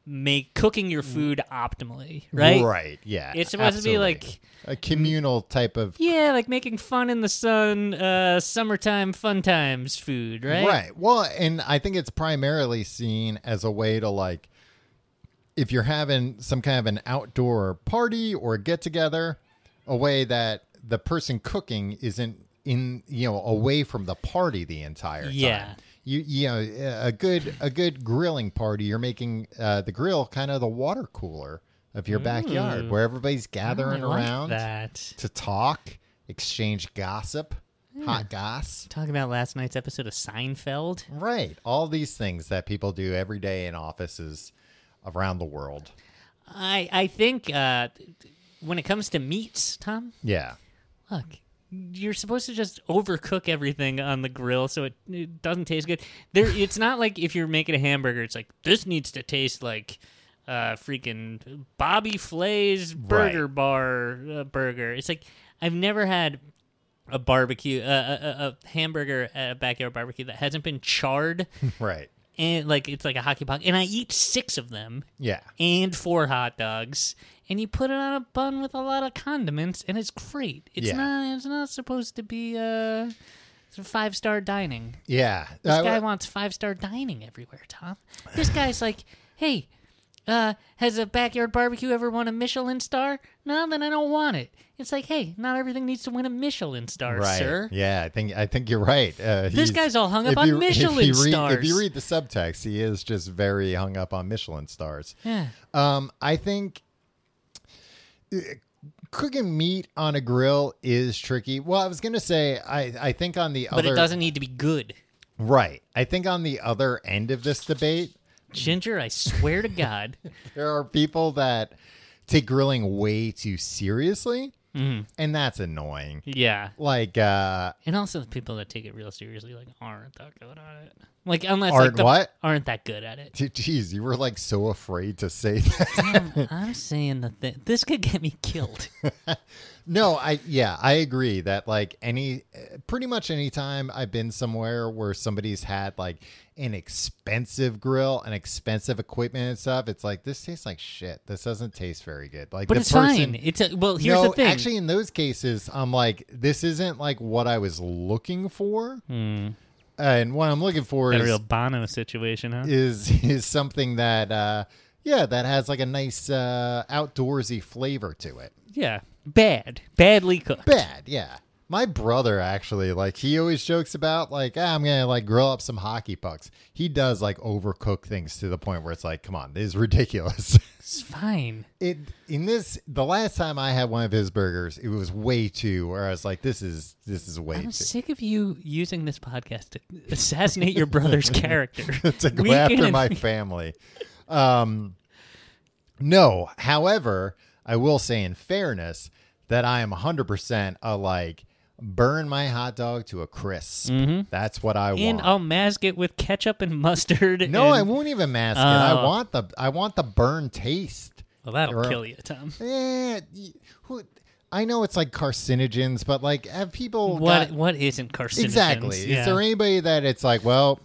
Speaker 3: make cooking your food optimally, right?
Speaker 2: Right. Yeah.
Speaker 3: It's supposed to be
Speaker 2: absolutely. a
Speaker 3: like
Speaker 2: communal type of
Speaker 3: yeah, like making fun in the sun, uh summertime fun times food, right?
Speaker 2: Well, and I think it's primarily seen as a way to like if you're having some kind of an outdoor party or get together, a way that the person cooking isn't in you know away from the party the entire
Speaker 3: Yeah.
Speaker 2: time. You you know a good a good grilling party. You're making uh, the grill kind of the water cooler of your backyard where everybody's gathering
Speaker 3: Mm. I like
Speaker 2: around
Speaker 3: that.
Speaker 2: to talk, exchange gossip, hot goss.
Speaker 3: Talking about last night's episode of Seinfeld.
Speaker 2: Right. All these things that people do every day in offices around the world.
Speaker 3: I I think uh, when it comes to meats, Tom,
Speaker 2: Yeah.
Speaker 3: look, you're supposed to just overcook everything on the grill so it, it doesn't taste good. There, it's not like if you're making a hamburger, it's like this needs to taste like. Uh, freaking Bobby Flay's burger bar uh, burger. It's like I've never had a barbecue, uh, a, a, a hamburger at a backyard barbecue that hasn't been charred,
Speaker 2: Right.
Speaker 3: and like it's like a hockey puck. And I eat six of them,
Speaker 2: Yeah.
Speaker 3: and four hot dogs and you put it on a bun with a lot of condiments and it's great it's
Speaker 2: Yeah.
Speaker 3: not it's not supposed to be uh five star dining
Speaker 2: Yeah.
Speaker 3: this
Speaker 2: I-
Speaker 3: guy wants five star dining everywhere tom this guy's like hey uh has a backyard barbecue ever won a michelin star no then i don't want it it's like hey not everything needs to win a michelin star
Speaker 2: right.
Speaker 3: sir
Speaker 2: Yeah, I think I think you're right. Uh, he's-
Speaker 3: guy's all hung up
Speaker 2: if
Speaker 3: on
Speaker 2: you- if you
Speaker 3: Michelin
Speaker 2: read- If
Speaker 3: stars.
Speaker 2: you read the subtext, he is just very hung up on Michelin stars.
Speaker 3: yeah
Speaker 2: Um, I think uh, cooking meat on a grill is tricky. Well, I was gonna say I I think on the
Speaker 3: but
Speaker 2: other
Speaker 3: it doesn't need to be good
Speaker 2: right. I think on the other end of this debate,
Speaker 3: ginger i swear to god
Speaker 2: there are people that take grilling way too seriously,
Speaker 3: Mm-hmm.
Speaker 2: and that's annoying.
Speaker 3: yeah
Speaker 2: Like, uh,
Speaker 3: And also the people that take it real seriously like aren't that good at it. Like unless
Speaker 2: Aren't
Speaker 3: like, the-
Speaker 2: what?
Speaker 3: aren't that good at it.
Speaker 2: d- geez, you were like so afraid to say that.
Speaker 3: I'm, Um, I'm saying the thing. This could get me killed.
Speaker 2: no, I yeah, I agree that like any, uh, pretty much any time I've been somewhere where somebody's had like an expensive grill and expensive equipment and stuff, it's like this tastes like shit. This doesn't taste very good. Like,
Speaker 3: But
Speaker 2: the
Speaker 3: it's
Speaker 2: person-
Speaker 3: fine. It's a, well. Here's
Speaker 2: no,
Speaker 3: the thing.
Speaker 2: actually, in those cases, I'm like, this isn't like what I was looking for.
Speaker 3: Hmm.
Speaker 2: And what I'm looking for is,
Speaker 3: Bono situation, huh?
Speaker 2: is is something that, uh, yeah, that has like a nice uh, outdoorsy flavor to it.
Speaker 3: yeah. Bad. Badly cooked.
Speaker 2: Bad, yeah. My brother actually, like, he always jokes about like, ah, I'm gonna like grill up some hockey pucks. He does like overcook things to the point where it's like, come on, this is ridiculous.
Speaker 3: It's fine.
Speaker 2: it in this the last time I had one of his burgers, it was way too. Where I was like, this is this is way
Speaker 3: I'm
Speaker 2: too.
Speaker 3: sick of you using this podcast to assassinate your brother's character.
Speaker 2: to go
Speaker 3: Week in
Speaker 2: after
Speaker 3: and
Speaker 2: my family. Um, no, however, I will say in fairness that I am 100% a like burn my hot dog to a crisp.
Speaker 3: Mm-hmm.
Speaker 2: That's what I
Speaker 3: And
Speaker 2: want.
Speaker 3: I'll mask it with ketchup and mustard.
Speaker 2: no, I
Speaker 3: and-
Speaker 2: won't even mask it. I
Speaker 3: Oh.
Speaker 2: want the I want the burn taste.
Speaker 3: Well, that'll
Speaker 2: Or-
Speaker 3: kill you, Tom.
Speaker 2: Eh, y- who I know it's like carcinogens, but like have people
Speaker 3: What
Speaker 2: got-
Speaker 3: what isn't carcinogens?
Speaker 2: Exactly.
Speaker 3: Yeah.
Speaker 2: Is there anybody that it's like, well,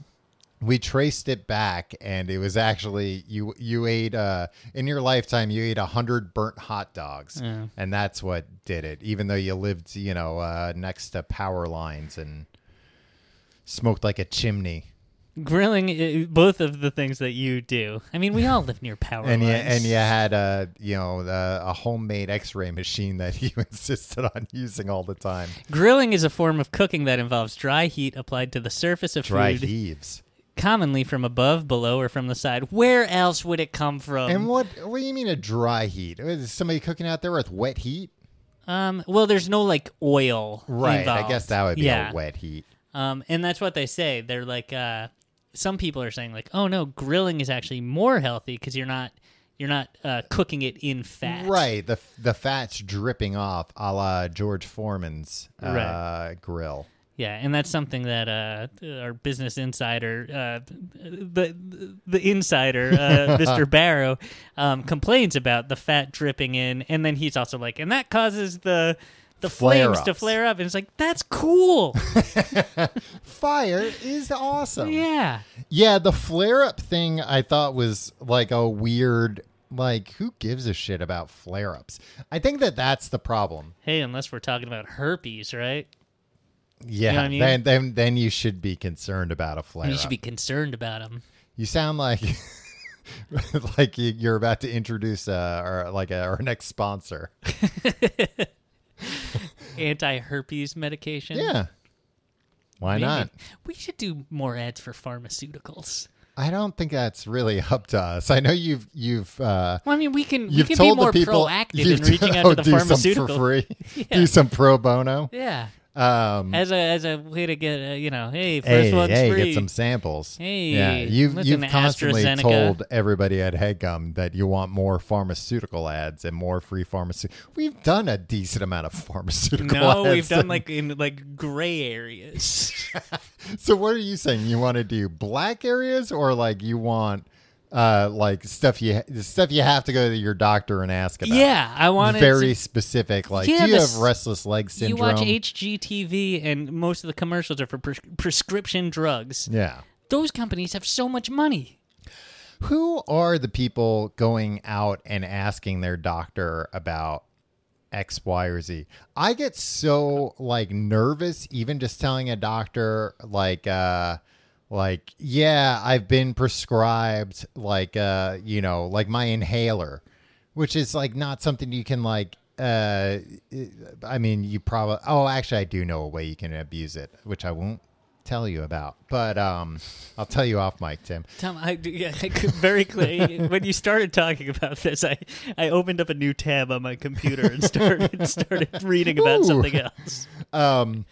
Speaker 2: we traced it back, and it was actually you. You ate uh, in your lifetime, you ate a hundred burnt hot dogs,
Speaker 3: Yeah.
Speaker 2: and that's what did it. Even though you lived, you know, uh, next to power lines and smoked like a chimney,
Speaker 3: Grilling, uh, both of the things that you do. I mean, we all live near power
Speaker 2: and you
Speaker 3: lines.
Speaker 2: and you had a you know the, a homemade X ray machine that you insisted on using all the time.
Speaker 3: Grilling is a form of cooking that involves dry heat applied to the surface of
Speaker 2: Dry
Speaker 3: food,
Speaker 2: heaves.
Speaker 3: commonly from above, below, or from the side. Where else would it come from?
Speaker 2: And what what do you mean a dry heat? Is somebody cooking out there with wet heat?
Speaker 3: um, well, there's no like oil.
Speaker 2: Right. I
Speaker 3: involved.
Speaker 2: guess that would be
Speaker 3: yeah.
Speaker 2: a wet heat.
Speaker 3: Um, and that's what they say. They're like, uh, some people are saying like, oh no, grilling is actually more healthy because you're not you're not uh, cooking it in fat.
Speaker 2: Right. The the fat's dripping off a la George Foreman's uh,
Speaker 3: Right.
Speaker 2: grill.
Speaker 3: Yeah, and that's something that uh, our business insider, uh, the the insider, uh, Mr. Barrow, um, complains about the fat dripping in, and then he's also like, and that causes the the flames to
Speaker 2: Flare-ups.
Speaker 3: flare up, and it's like that's cool,
Speaker 2: Fire is awesome. Yeah,
Speaker 3: yeah.
Speaker 2: the flare up thing I thought was like a weird like who gives a shit about flare ups? I think that that's the problem.
Speaker 3: Hey, unless we're talking about herpes, right?
Speaker 2: Yeah.
Speaker 3: know what I mean?
Speaker 2: Then then then you should be concerned about a flare
Speaker 3: You should
Speaker 2: up.
Speaker 3: be concerned about them.
Speaker 2: You sound like like you- you're about to introduce uh, our like uh, our next sponsor.
Speaker 3: Anti-herpes medication.
Speaker 2: Yeah. Why
Speaker 3: Maybe.
Speaker 2: not?
Speaker 3: We should do more ads for pharmaceuticals.
Speaker 2: I don't think that's really up to us. I know you've you've uh,
Speaker 3: Well, I mean, we can
Speaker 2: you've
Speaker 3: we can be
Speaker 2: told
Speaker 3: more
Speaker 2: the people
Speaker 3: proactive
Speaker 2: you've
Speaker 3: in reaching out
Speaker 2: oh,
Speaker 3: to the
Speaker 2: do some
Speaker 3: pharmaceutical.
Speaker 2: for free,
Speaker 3: Yeah.
Speaker 2: do some pro bono.
Speaker 3: Yeah.
Speaker 2: Um,
Speaker 3: as a as a way to get uh, you know, hey, first
Speaker 2: hey,
Speaker 3: one's
Speaker 2: hey,
Speaker 3: free.
Speaker 2: get some samples.
Speaker 3: Hey,
Speaker 2: yeah, you've
Speaker 3: listen,
Speaker 2: you've constantly
Speaker 3: AstraZeneca.
Speaker 2: told everybody at HeadGum that you want more pharmaceutical ads and more free pharmacy. We've done a decent amount of pharmaceutical.
Speaker 3: no,
Speaker 2: ads.
Speaker 3: we've done like in like gray areas.
Speaker 2: So what are you saying? You want to do black areas or like you want uh like stuff you stuff you have to go to your doctor and ask about?
Speaker 3: yeah, I wanted
Speaker 2: very
Speaker 3: to,
Speaker 2: specific. Like,
Speaker 3: Yeah,
Speaker 2: do you
Speaker 3: the
Speaker 2: have
Speaker 3: s-
Speaker 2: restless leg
Speaker 3: you
Speaker 2: syndrome?
Speaker 3: watch HGTV and most of the commercials are for pres- prescription drugs.
Speaker 2: yeah.
Speaker 3: Those companies have so much money.
Speaker 2: Who are the people going out and asking their doctor about X, Y, or Z? I get so like nervous even just telling a doctor like uh like yeah, I've been prescribed like uh you know, like my inhaler, which is like not something you can like uh I mean, you probably oh, actually I do know a way you can abuse it, which I won't tell you about. But um I'll tell you off mic, Tim.
Speaker 3: Tom, I, yeah, I could very clear when you started talking about this, I, I opened up a new tab on my computer and started started reading about
Speaker 2: Ooh.
Speaker 3: something else.
Speaker 2: um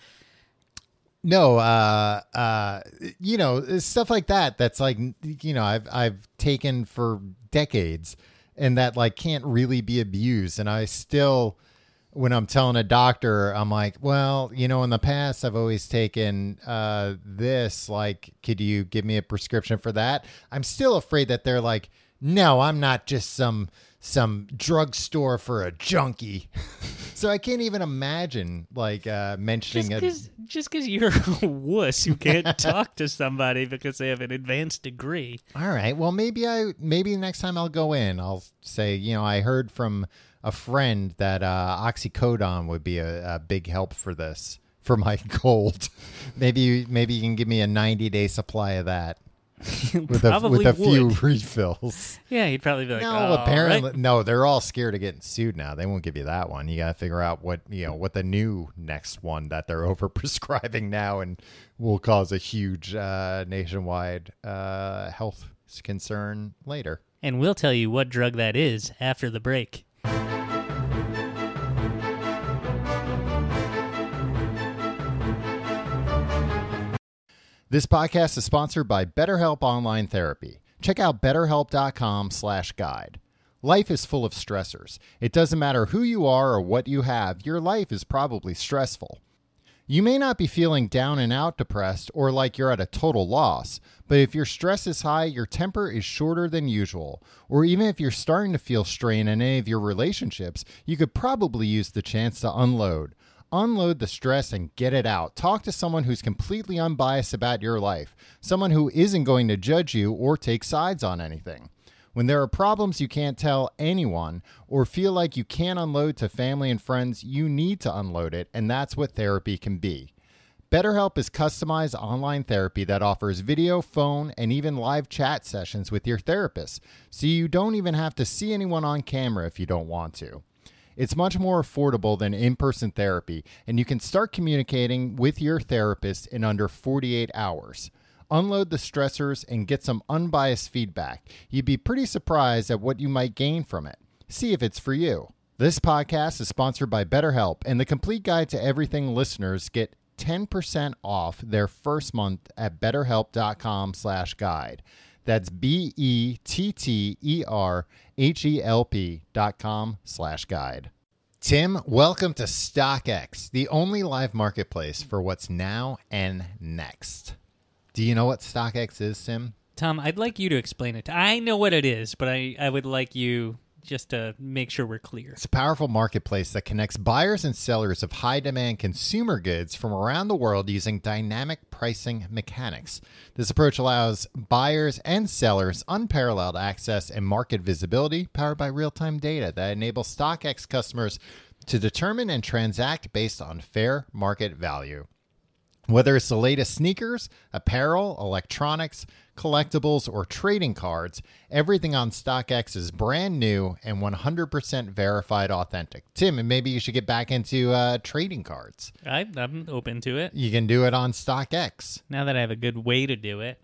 Speaker 2: no uh uh you know stuff like that that's like you know i've i've taken for decades and that like can't really be abused and i still when i'm telling a doctor i'm like well you know in the past i've always taken uh this like could you give me a prescription for that i'm still afraid that they're like no i'm not just some some drugstore for a junkie so I can't even imagine like uh, mentioning a
Speaker 3: Just because you're a wuss who can't talk to somebody because they have an advanced degree.
Speaker 2: All right. Well, maybe I maybe next time I'll go in. I'll say, you know, I heard from a friend that uh, oxycodone would be a, a big help for this for my cold. maybe you, maybe you can give me a ninety day supply of that with a,
Speaker 3: Probably
Speaker 2: with a few
Speaker 3: would.
Speaker 2: refills.
Speaker 3: Yeah, you'd probably be like,
Speaker 2: No,
Speaker 3: "All right."
Speaker 2: apparently no. They're all scared of getting sued now. They won't give you that one. You got to figure out what you know what the new next one that they're overprescribing now and will cause a huge uh, nationwide uh, health concern later.
Speaker 3: And we'll tell you what drug that is after the break.
Speaker 2: This podcast is sponsored by BetterHelp Online Therapy. Check out betterhelp.com/guide. Life is full of stressors. It doesn't matter who you are or what you have, your life is probably stressful. You may not be feeling down and out depressed or like you're at a total loss, but if your stress is high, your temper is shorter than usual. Or even if you're starting to feel strain in any of your relationships, you could probably use the chance to unload. Unload the stress and get it out. Talk to someone who's completely unbiased about your life, someone who isn't going to judge you or take sides on anything. When there are problems you can't tell anyone or feel like you can't unload to family and friends, you need to unload it, and that's what therapy can be. BetterHelp is customized online therapy that offers video, phone, and even live chat sessions with your therapist, so you don't even have to see anyone on camera if you don't want to. It's much more affordable than in person therapy, and you can start communicating with your therapist in under 48 hours. Unload the stressors and get some unbiased feedback. You'd be pretty surprised at what you might gain from it. See if it's for you. This podcast is sponsored by BetterHelp, and the complete guide to everything listeners get 10% off their first month at betterhelp.com slash guide. That's E B-E-T-T-E-R-H-E-L-P E dot com slash guide. Tim, welcome to StockX, the only live marketplace for what's now and next. Do you know what StockX is, Tim?
Speaker 3: Tom, I'd like you to explain it. I know what it is, but I, I would like you just to make sure we're clear.
Speaker 2: It's a powerful marketplace that connects buyers and sellers of high demand consumer goods from around the world using dynamic pricing mechanics. This approach allows buyers and sellers unparalleled access and market visibility powered by real time data that enables StockX customers to determine and transact based on fair market value. Whether it's the latest sneakers, apparel, electronics, collectibles, or trading cards, everything on StockX is brand new and 100% verified authentic. Tim, and maybe you should get back into uh, trading cards.
Speaker 3: I, I'm open to it.
Speaker 2: You can do it on StockX.
Speaker 3: Now that I have a good way to do it,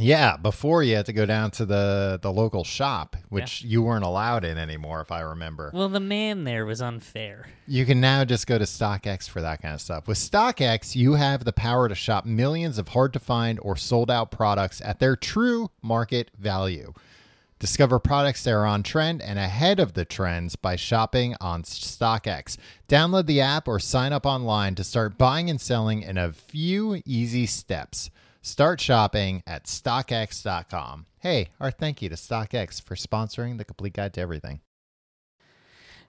Speaker 2: Yeah, before you had to go down to the, the local shop, which you weren't allowed in anymore, if I remember.
Speaker 3: Well, the man there was unfair.
Speaker 2: You can now just go to StockX for that kind of stuff. With StockX, you have the power to shop millions of hard to find or sold out products at their true market value. Discover products that are on trend and ahead of the trends by shopping on StockX. Download the app or sign up online to start buying and selling in a few easy steps. Start shopping at StockX.com. Hey, our thank you to StockX for sponsoring the complete guide to everything.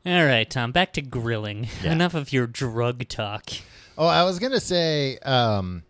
Speaker 3: All right, Tom, back to grilling.
Speaker 2: Yeah.
Speaker 3: Enough of your drug talk.
Speaker 2: Oh, I was gonna say, um,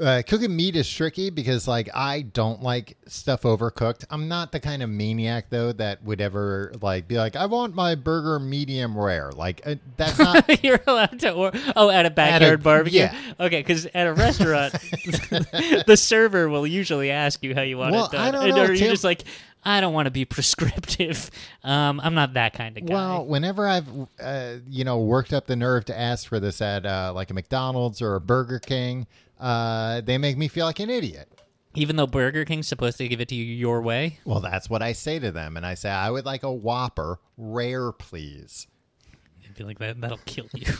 Speaker 2: uh, cooking meat is tricky because, like, I don't like stuff overcooked. I'm not the kind of maniac though that would ever like be like, I want my burger medium rare. Like, uh, that's not.
Speaker 3: You're allowed to or oh at a backyard barbecue.
Speaker 2: yeah.
Speaker 3: Okay, because at a restaurant, the server will usually ask you how you want
Speaker 2: Well,
Speaker 3: it done.
Speaker 2: I don't
Speaker 3: And
Speaker 2: know,
Speaker 3: Are you
Speaker 2: Tim.
Speaker 3: just like I don't want to be prescriptive. Um, I'm not that kind of guy.
Speaker 2: well, whenever I've uh, you know worked up the nerve to ask for this at uh, like a McDonald's or a Burger King, uh, they make me feel like an idiot.
Speaker 3: Even though Burger King's supposed to give it to you your way,
Speaker 2: Well, that's what I say to them, and I say I would like a Whopper rare, please.
Speaker 3: I'd be like that. That'll kill you.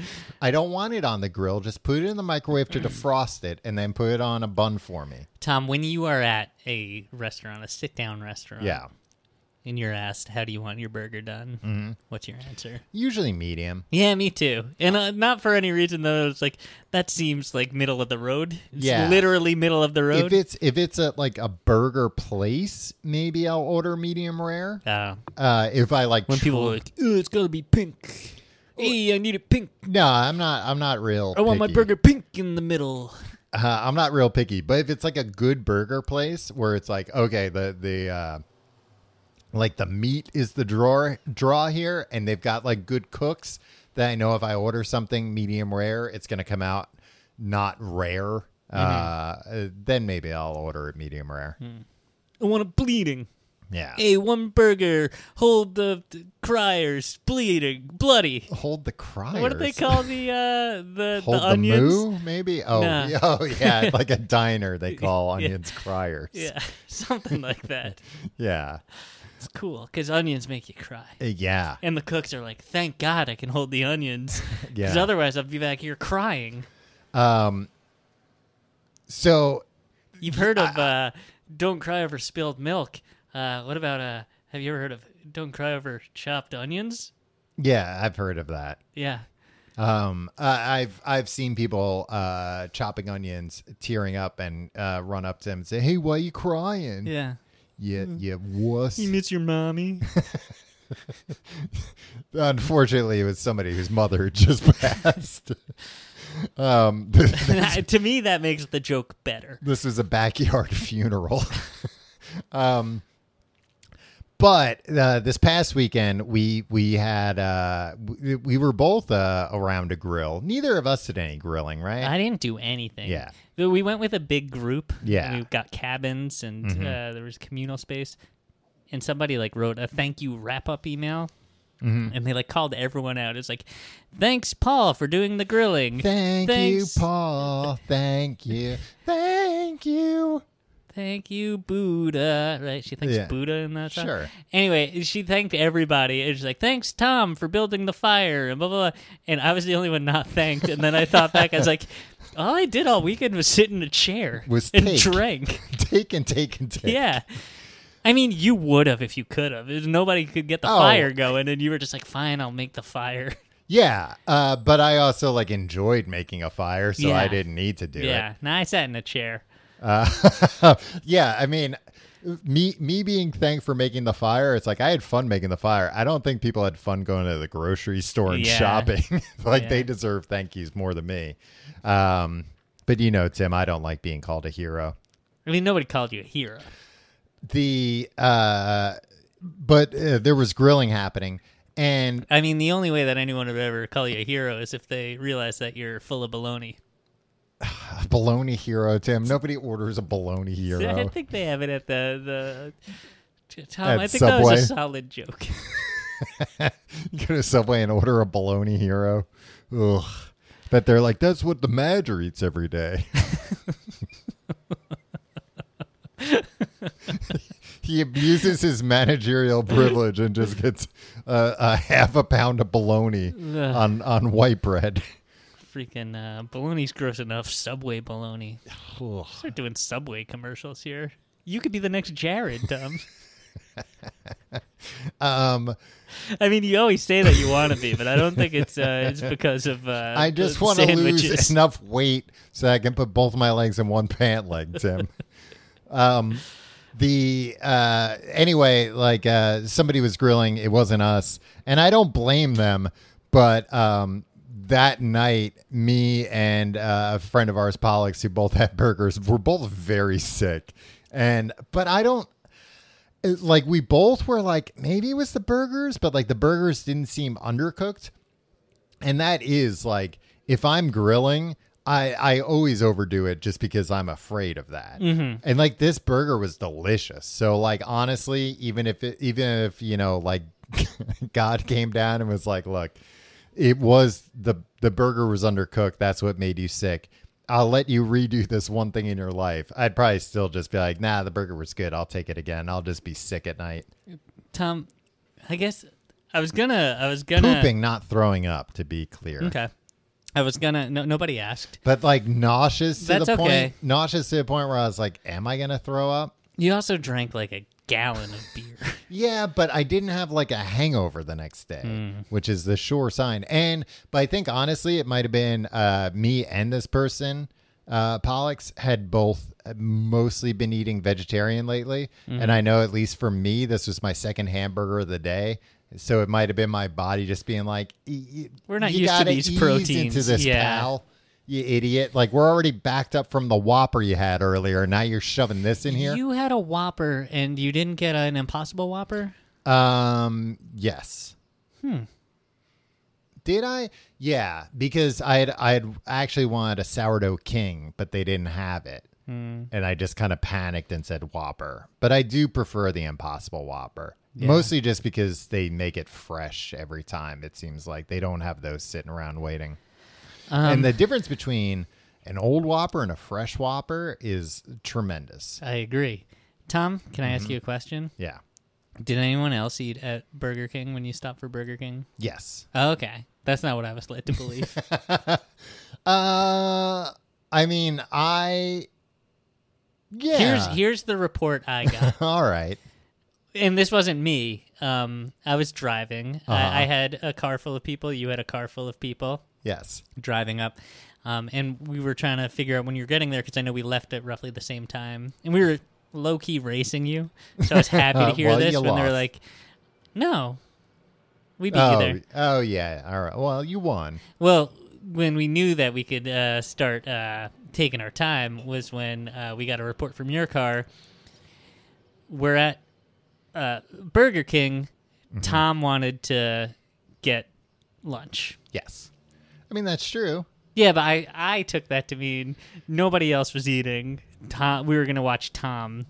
Speaker 2: I don't want it on the grill. Just put it in the microwave to defrost it and then put it on a bun for me.
Speaker 3: Tom, when you are at a restaurant, a sit-down restaurant,
Speaker 2: Yeah.
Speaker 3: and you're asked how do you want your burger done,
Speaker 2: Mm-hmm.
Speaker 3: what's your answer?
Speaker 2: Usually medium.
Speaker 3: Yeah, me too. And uh, not for any reason though. It's like that seems like middle of the road. It's
Speaker 2: Yeah.
Speaker 3: literally middle of the
Speaker 2: If
Speaker 3: road.
Speaker 2: it's if it's a like a burger place, maybe I'll order medium rare.
Speaker 3: Uh,
Speaker 2: Uh if I like
Speaker 3: when
Speaker 2: tr-
Speaker 3: people are like, "Ugh, it's gotta be pink. Hey, I need it pink.
Speaker 2: No, I'm not I'm not real
Speaker 3: I want my
Speaker 2: picky.
Speaker 3: burger pink in the middle.
Speaker 2: Uh, I'm not real picky, but if it's like a good burger place where it's like okay, the the uh like the meat is the drawer draw here and they've got like good cooks that I know if I order something medium rare, it's going to come out not rare.
Speaker 3: Mm-hmm.
Speaker 2: Uh, then maybe I'll order it medium rare.
Speaker 3: I want it bleeding.
Speaker 2: Yeah.
Speaker 3: Mm. Hey, one burger. Hold the, the criers bleeding, bloody.
Speaker 2: Hold the cryers.
Speaker 3: What do they call the uh, the
Speaker 2: Hold
Speaker 3: the
Speaker 2: the,
Speaker 3: onions?
Speaker 2: moo, maybe? Oh,
Speaker 3: Nah.
Speaker 2: yeah, oh yeah, like a diner they call onions criers.
Speaker 3: Yeah, something like that.
Speaker 2: Yeah.
Speaker 3: It's cool because onions make you cry.
Speaker 2: Uh, yeah.
Speaker 3: And the cooks are like, "Thank God I can hold the onions, because
Speaker 2: Yeah.
Speaker 3: otherwise I'd be back here crying."
Speaker 2: So
Speaker 3: You've heard of uh, "Don't cry over spilled milk." Uh, what about uh, Have you ever heard of "Don't cry over chopped onions"?
Speaker 2: Yeah, I've heard of that.
Speaker 3: Yeah,
Speaker 2: Um, uh, I've I've seen people uh, chopping onions, tearing up, and uh, run up to them and say, "Hey, why you crying?
Speaker 3: yeah. Mm-hmm.
Speaker 2: Yeah, yeah, wuss."
Speaker 3: You miss your mommy.
Speaker 2: Unfortunately, it was somebody whose mother had just passed. um,
Speaker 3: to me, that makes the joke better.
Speaker 2: this was a backyard funeral. um, but uh, this past weekend, we we had uh, we, we were both uh, around a grill. Neither of us did any grilling, right?
Speaker 3: I didn't do anything.
Speaker 2: Yeah.
Speaker 3: But we went with a big group. and
Speaker 2: Yeah. Mm-hmm.
Speaker 3: we got cabins and uh, there was communal space. And somebody like wrote a thank you wrap up email.
Speaker 2: Mm-hmm.
Speaker 3: And they like called everyone out. It's like, thanks, Paul, for doing the grilling.
Speaker 2: Thank
Speaker 3: Thanks.
Speaker 2: you, Paul. Thank you. Thank you.
Speaker 3: Thank you, Buddha. Right? She thanks
Speaker 2: Yeah.
Speaker 3: Buddha in that song.
Speaker 2: Sure.
Speaker 3: Anyway, she thanked everybody. And she's like, thanks, Tom, for building the fire and blah, blah, blah. And I was the only one not thanked. And then I thought back, I was like, all I did all weekend was sit in a chair
Speaker 2: Was
Speaker 3: and
Speaker 2: take.
Speaker 3: drank.
Speaker 2: Take and take and take.
Speaker 3: Yeah. I mean, you would have if you could have. There's- Nobody could get the
Speaker 2: Oh.
Speaker 3: fire going, and you were just like, fine, I'll make the fire.
Speaker 2: Yeah. Uh, but I also like enjoyed making a fire, so I
Speaker 3: Yeah.
Speaker 2: didn't need to do
Speaker 3: yeah. Now I sat in a chair.
Speaker 2: it. Uh, yeah. I mean, me me being thanked for making the fire, it's like I had fun making the fire. I don't think people had fun going to the grocery store and
Speaker 3: Yeah.
Speaker 2: shopping. like
Speaker 3: Yeah.
Speaker 2: they deserve thank yous more than me. Um, but you know, Tim, I don't like being called a hero.
Speaker 3: I mean, nobody called you a hero.
Speaker 2: the uh but uh, there was grilling happening and
Speaker 3: I mean, the only way that anyone would ever call you a hero is if they realize that you're full of baloney.
Speaker 2: a bologna hero tim nobody orders a bologna
Speaker 3: I
Speaker 2: hero
Speaker 3: think they have it at the the. Tom,
Speaker 2: At
Speaker 3: I think that
Speaker 2: Subway.
Speaker 3: was a solid joke.
Speaker 2: you go to subway and order a bologna hero ugh but they're like that's what the madger eats every day he abuses his managerial privilege and just gets uh, a half a pound of bologna
Speaker 3: Ugh.
Speaker 2: on on white bread
Speaker 3: Freaking uh, baloney's gross enough. Subway baloney.
Speaker 2: Ugh.
Speaker 3: Start doing Subway commercials here. You could be the next Jared, Tom.
Speaker 2: um
Speaker 3: I mean, you always say that you want to be, but I don't think it's uh, it's because of. Uh,
Speaker 2: I just
Speaker 3: the
Speaker 2: want to lose
Speaker 3: sandwiches.
Speaker 2: enough weight so I can put both my legs in one pant leg, Tim. um, the uh, anyway, like uh, somebody was grilling. It wasn't us, and I don't blame them. But um, that night, me and uh, a friend of ours, Pollux, who both had burgers, were both very sick. And but I don't it- like we both were like maybe it was the burgers but like the burgers didn't seem undercooked and that is like if i'm grilling i i always overdo it just because i'm afraid of that and like this burger was delicious so like honestly even if it, even if you know like god came down and was like look it was the the burger was undercooked that's what made you sick i'll let you redo this one thing in your life i'd probably still just be like nah the burger was good i'll take it again i'll just be sick at night
Speaker 3: Tom, I guess I was gonna. I was gonna.
Speaker 2: pooping not throwing up to be clear
Speaker 3: Okay. I was gonna. No, nobody asked.
Speaker 2: but like nauseous to
Speaker 3: That's
Speaker 2: the point
Speaker 3: okay.
Speaker 2: nauseous to the point where i was like am i gonna throw up
Speaker 3: You also drank like a gallon of beer.
Speaker 2: Yeah, but I didn't have like a hangover the next day,
Speaker 3: Hmm.
Speaker 2: which is the sure sign. And but I think honestly, it might have been uh, me and this person, uh, Pollux, had both uh, mostly been eating vegetarian lately.
Speaker 3: Hmm.
Speaker 2: And I know at least for me, this was my second hamburger of the day. So it might have been my body just being like, "Y- y-
Speaker 3: We're not
Speaker 2: you
Speaker 3: used to
Speaker 2: gotta
Speaker 3: these
Speaker 2: ease Into
Speaker 3: proteins."
Speaker 2: this,
Speaker 3: Yeah.
Speaker 2: pal, you idiot! Like we're already backed up from the Whopper you had earlier. Now you're shoving this in here.
Speaker 3: You had a Whopper and you didn't get an Impossible Whopper.
Speaker 2: Um, yes. Hmm. Did I? Yeah, because I had I had actually wanted a sourdough king, but they didn't have it, and I just kind of panicked and said Whopper. But I do prefer the Impossible Whopper, mostly just because they make it fresh every time. It seems like they don't have those sitting around waiting. and the difference between an old Whopper and a fresh Whopper is tremendous.
Speaker 3: I agree. Tom, can I
Speaker 2: Mm-hmm.
Speaker 3: ask you a question?
Speaker 2: Yeah.
Speaker 3: Did anyone else eat at Burger King when you stopped for Burger King?
Speaker 2: Yes.
Speaker 3: Oh, okay, that's not what I was led to believe.
Speaker 2: Uh, I mean, I. Yeah.
Speaker 3: Here's here's the report I got.
Speaker 2: All right.
Speaker 3: and this wasn't me. Um, I was driving.
Speaker 2: Uh-huh.
Speaker 3: I, I had a car full of people. You had a car full of people
Speaker 2: Yes.
Speaker 3: driving up. Um, and we were trying to figure out when you were getting there because I know we left at roughly the same time. And we were low key racing you. So I was happy to hear
Speaker 2: Well,
Speaker 3: this
Speaker 2: you
Speaker 3: when they were
Speaker 2: lost.
Speaker 3: like, no, we beat you
Speaker 2: Oh,
Speaker 3: there.
Speaker 2: oh yeah. All right. Well, you won.
Speaker 3: Well, when we knew that we could uh, start uh, taking our time was when uh, we got a report from your car. We're at uh, Burger King.
Speaker 2: Mm-hmm.
Speaker 3: Tom wanted to get lunch.
Speaker 2: Yes. I mean, that's true.
Speaker 3: Yeah, but I, I took that to mean nobody else was eating. Tom, we were going to watch Tom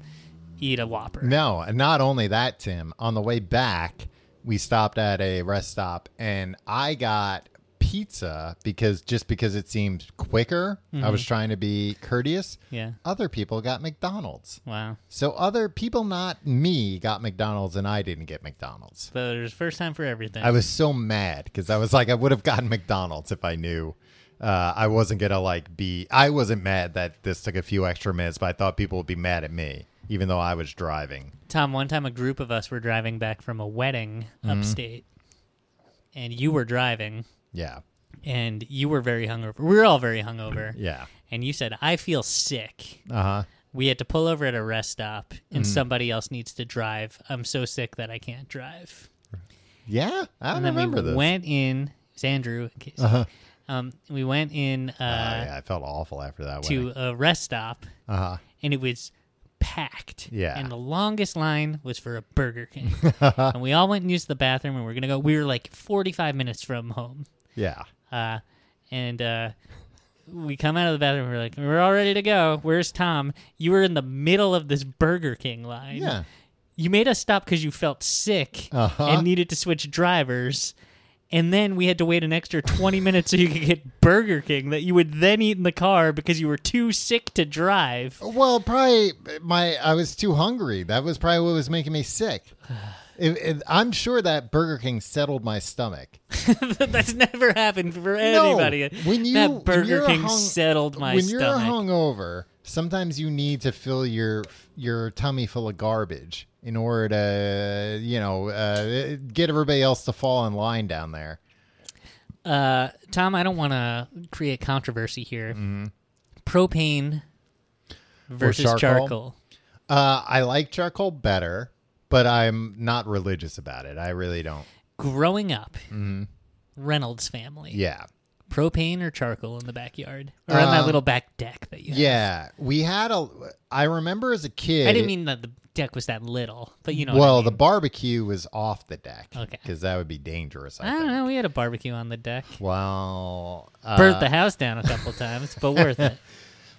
Speaker 3: eat a Whopper.
Speaker 2: No, and not only that, Tim, on the way back, we stopped at a rest stop and I got pizza because just because it seemed quicker, I was trying to be courteous.
Speaker 3: Mm-hmm. Yeah.
Speaker 2: Other people got McDonald's.
Speaker 3: Wow.
Speaker 2: So other people, not me, got McDonald's and I didn't get McDonald's.
Speaker 3: So there's first time for everything.
Speaker 2: I was so mad because I was like, I would have gotten McDonald's if I knew uh, I wasn't gonna like be. I wasn't mad that this took a few extra minutes, but I thought people would be mad at me, even though I was driving.
Speaker 3: Tom, one time a group of us were driving back from a wedding
Speaker 2: Mm-hmm.
Speaker 3: upstate, and you were driving,
Speaker 2: Yeah,
Speaker 3: and you were very hungover. We were all very hungover.
Speaker 2: yeah,
Speaker 3: And you said, I feel sick.
Speaker 2: uh huh,
Speaker 3: We had to pull over at a rest stop,
Speaker 2: Mm.
Speaker 3: and somebody else needs to drive. I'm so sick that I can't drive.
Speaker 2: yeah. I
Speaker 3: And
Speaker 2: don't
Speaker 3: then
Speaker 2: remember
Speaker 3: we
Speaker 2: this.
Speaker 3: went in, it was Andrew, in case- um, we went in uh,
Speaker 2: Oh, yeah, I felt awful after that.
Speaker 3: to a rest stop,
Speaker 2: uh huh.
Speaker 3: and it was packed.
Speaker 2: Yeah.
Speaker 3: And the longest line was for a Burger King. and we all went and used the bathroom and we are gonna go we were like forty five minutes from home.
Speaker 2: Yeah,
Speaker 3: Uh and uh we come out of the bathroom, we're like, we're all ready to go. Where's Tom? You were in the middle of this Burger King line.
Speaker 2: yeah.
Speaker 3: You made us stop because you felt sick
Speaker 2: Uh-huh.
Speaker 3: and needed to switch drivers. And then we had to wait an extra 20 minutes so you could get Burger King that you would then eat in the car because you were too sick to drive.
Speaker 2: Well, probably my I was too hungry. That was probably what was making me sick. It- it- I'm sure that Burger King settled my stomach.
Speaker 3: That's never happened for
Speaker 2: No,
Speaker 3: anybody.
Speaker 2: when you when
Speaker 3: that Burger
Speaker 2: you're
Speaker 3: King
Speaker 2: hung-
Speaker 3: settled my
Speaker 2: when
Speaker 3: stomach.
Speaker 2: you're hungover, sometimes you need to fill your your tummy full of garbage in order to you know uh, get everybody else to fall in line down there.
Speaker 3: uh, Tom, I don't want to create controversy here. Propane versus charcoal.
Speaker 2: Mm-hmm. charcoal? Uh, I like charcoal better, but I'm not religious about it. I really don't.
Speaker 3: Growing up, Reynolds family.
Speaker 2: Mm-hmm. Yeah.
Speaker 3: Propane or charcoal in the backyard or on that
Speaker 2: Um,
Speaker 3: little back deck that you. Had.
Speaker 2: Yeah, we had a. I remember as a kid.
Speaker 3: I didn't mean that the deck was that little, but you know. what
Speaker 2: well,
Speaker 3: I mean.
Speaker 2: the barbecue was off the deck.
Speaker 3: Okay.
Speaker 2: because that would be dangerous. I,
Speaker 3: I
Speaker 2: think.
Speaker 3: don't know. We had a barbecue on the deck.
Speaker 2: Well, uh,
Speaker 3: Burnt the house down a couple times, but worth it.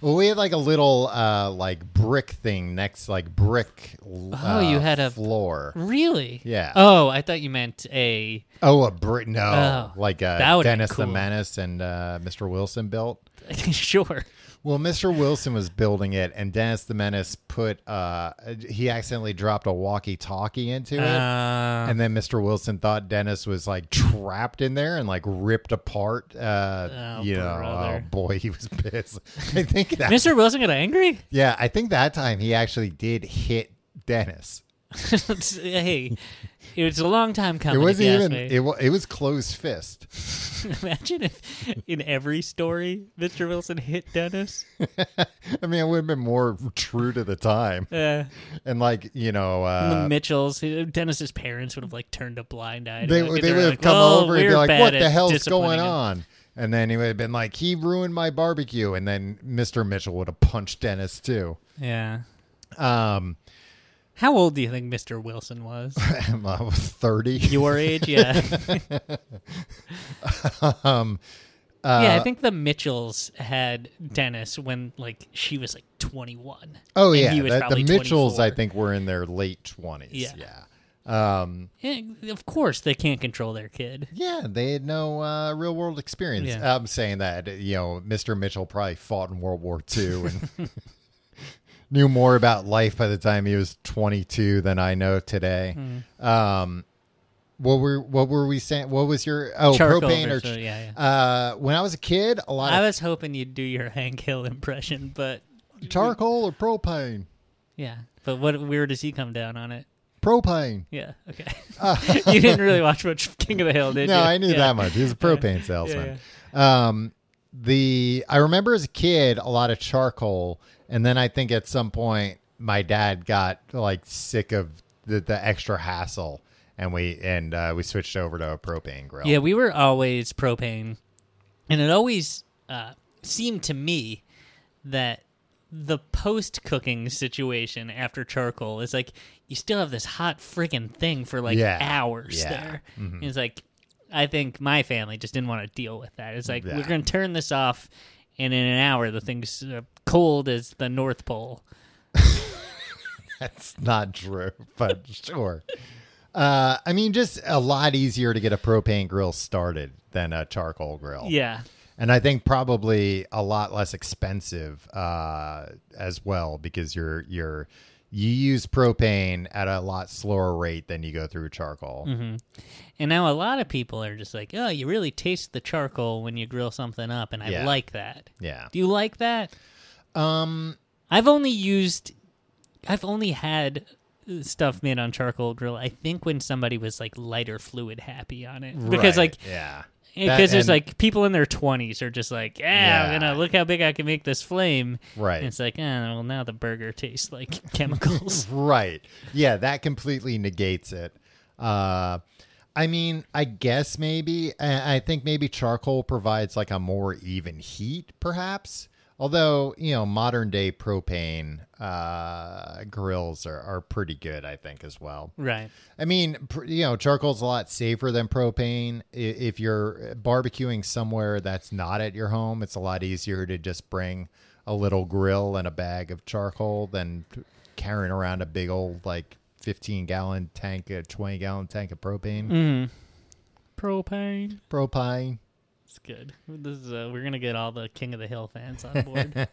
Speaker 2: Well, we had like a little uh like brick thing next, like brick. Oh,
Speaker 3: you had a-
Speaker 2: floor.
Speaker 3: Really?
Speaker 2: Yeah.
Speaker 3: Oh, I thought you meant a
Speaker 2: Oh, a brick. No,
Speaker 3: Oh,
Speaker 2: like
Speaker 3: that
Speaker 2: uh,
Speaker 3: would've been
Speaker 2: Dennis the
Speaker 3: cool.
Speaker 2: Menace and uh, Mr. Wilson built.
Speaker 3: sure.
Speaker 2: Well, Mr. Wilson was building it, and Dennis the Menace put. uh He accidentally dropped a walkie-talkie into it.
Speaker 3: Uh,
Speaker 2: and then Mr. Wilson thought Dennis was like trapped in there and like ripped apart. Uh,
Speaker 3: Oh,
Speaker 2: you know,
Speaker 3: brother.
Speaker 2: oh boy, he was pissed. I think that
Speaker 3: Mr. Wilson got angry.
Speaker 2: Yeah, I think that time he actually did hit Dennis.
Speaker 3: hey, it was a long time
Speaker 2: It
Speaker 3: coming. if
Speaker 2: wasn't
Speaker 3: you ask
Speaker 2: even.
Speaker 3: me.
Speaker 2: It was. It was closed fist.
Speaker 3: Imagine if in every story Mr. Wilson hit Dennis.
Speaker 2: I mean, it would have been more true to the time.
Speaker 3: Uh,
Speaker 2: And like you know,
Speaker 3: the
Speaker 2: uh,
Speaker 3: Mitchells, uh, Dennis's parents would have like turned a blind eye. to
Speaker 2: they
Speaker 3: it 'cause
Speaker 2: they
Speaker 3: were
Speaker 2: would have
Speaker 3: like,
Speaker 2: come
Speaker 3: "Well,
Speaker 2: over and be
Speaker 3: we're
Speaker 2: like,
Speaker 3: bad
Speaker 2: "What
Speaker 3: at
Speaker 2: the hell's
Speaker 3: disciplining
Speaker 2: going
Speaker 3: him."
Speaker 2: on?" And then he would have been like, "He ruined my barbecue." And then Mr. Mitchell would have punched Dennis too.
Speaker 3: Yeah.
Speaker 2: Um,
Speaker 3: How old do you think Mr. Wilson was?
Speaker 2: I was thirty.
Speaker 3: Your age, yeah.
Speaker 2: um,
Speaker 3: yeah, I think the Mitchells had Dennis when like she was like 21.
Speaker 2: oh
Speaker 3: and
Speaker 2: yeah,
Speaker 3: he was
Speaker 2: that- the
Speaker 3: probably
Speaker 2: Mitchells, I
Speaker 3: 24.
Speaker 2: think, were in their late twenties.
Speaker 3: Yeah.
Speaker 2: yeah. Um,
Speaker 3: Yeah, of course, they can't control their kid.
Speaker 2: Yeah, they had no uh, real world experience.
Speaker 3: Yeah.
Speaker 2: I'm saying that you know, Mr. Mitchell probably fought in World War II and knew more about life by the time he was 22 than I know today.
Speaker 3: Hmm.
Speaker 2: Um, what were what were we saying? What was your oh
Speaker 3: Charcoal
Speaker 2: propane or
Speaker 3: versus- yeah,
Speaker 2: uh, when I was a kid, a lot
Speaker 3: I
Speaker 2: of
Speaker 3: was hoping you'd do your Hank Hill impression, but
Speaker 2: charcoal or propane.
Speaker 3: yeah. But what? Where does he come down on it?
Speaker 2: propane.
Speaker 3: Yeah. Okay. you didn't really watch much King of the Hill, did
Speaker 2: Uh, No,
Speaker 3: you?
Speaker 2: I knew
Speaker 3: Yeah.
Speaker 2: that much. He was a propane salesman. Um, the I remember as a kid a lot of charcoal, and then I think at some point my dad got like sick of the, the extra hassle, and we and uh, we switched over to a propane grill.
Speaker 3: Yeah, we were always propane, and it always uh, seemed to me that the post cooking situation after charcoal is like you still have this hot freaking thing for like
Speaker 2: Yeah.
Speaker 3: hours
Speaker 2: Yeah. Mm-hmm.
Speaker 3: there. It's like I think my family just didn't want to deal with that. It's like
Speaker 2: Yeah.
Speaker 3: we're gonna turn this off, and in an hour the thing's uh, cold as the North Pole.
Speaker 2: That's not true, but sure. Uh, I mean, just a lot easier to get a propane grill started than a charcoal grill.
Speaker 3: Yeah,
Speaker 2: And I think probably a lot less expensive uh, as well because you're you're you use propane at a lot slower rate than you go through charcoal.
Speaker 3: Mm-hmm. And now a lot of people are just like, oh, you really taste the charcoal when you grill something up, and I
Speaker 2: Yeah.
Speaker 3: like that.
Speaker 2: Yeah.
Speaker 3: Do you like that?
Speaker 2: Um.
Speaker 3: I've only used, I've only had uh, stuff made on charcoal grill. I think when somebody was like lighter fluid happy on it,
Speaker 2: right,
Speaker 3: because like
Speaker 2: yeah. That-
Speaker 3: because there's
Speaker 2: and-
Speaker 3: like people in their twenties are just like, yeah, I'm
Speaker 2: Yeah.
Speaker 3: gonna look how big I can make this flame.
Speaker 2: Right.
Speaker 3: And it's like, oh, well, now the burger tastes like chemicals.
Speaker 2: Right. Yeah, that completely negates it. Uh I mean, I guess maybe I I think maybe charcoal provides like a more even heat perhaps. Although, you know, modern day propane uh grills are are pretty good I think as well.
Speaker 3: right.
Speaker 2: I mean, pr- you know, charcoal's a lot safer than propane. I- If you're barbecuing somewhere that's not at your home, it's a lot easier to just bring a little grill and a bag of charcoal than t- carrying around a big old like 15 gallon tank, a 20 gallon tank of propane.
Speaker 3: Propane.
Speaker 2: Propine.
Speaker 3: It's good. This is uh, we're gonna get all the King of the Hill fans on board.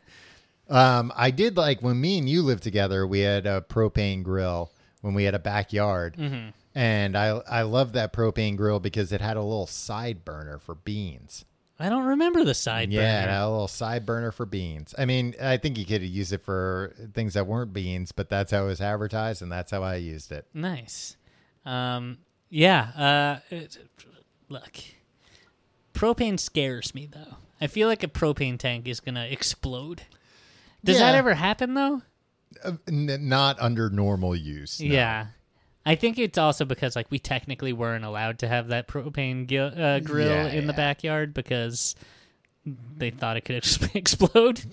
Speaker 2: Um, I did like when me and you lived together, we had a propane grill when we had a backyard. And I I loved that propane grill because it had a little side burner for beans.
Speaker 3: I don't remember the side
Speaker 2: Yeah, and
Speaker 3: burner.
Speaker 2: a little side burner for beans. I mean, I think you could use it for things that weren't beans, but that's how it was advertised, and that's how I used it.
Speaker 3: Nice. Um, yeah. Uh, it- look, propane scares me though. I feel like a propane tank is gonna explode. Does that
Speaker 2: Yeah.
Speaker 3: ever happen though?
Speaker 2: Uh, N- not under normal use. no.
Speaker 3: Yeah. I think it's also because like we technically weren't allowed to have that propane gil- uh, grill
Speaker 2: Yeah,
Speaker 3: in the
Speaker 2: yeah.
Speaker 3: backyard because they thought it could ex- explode.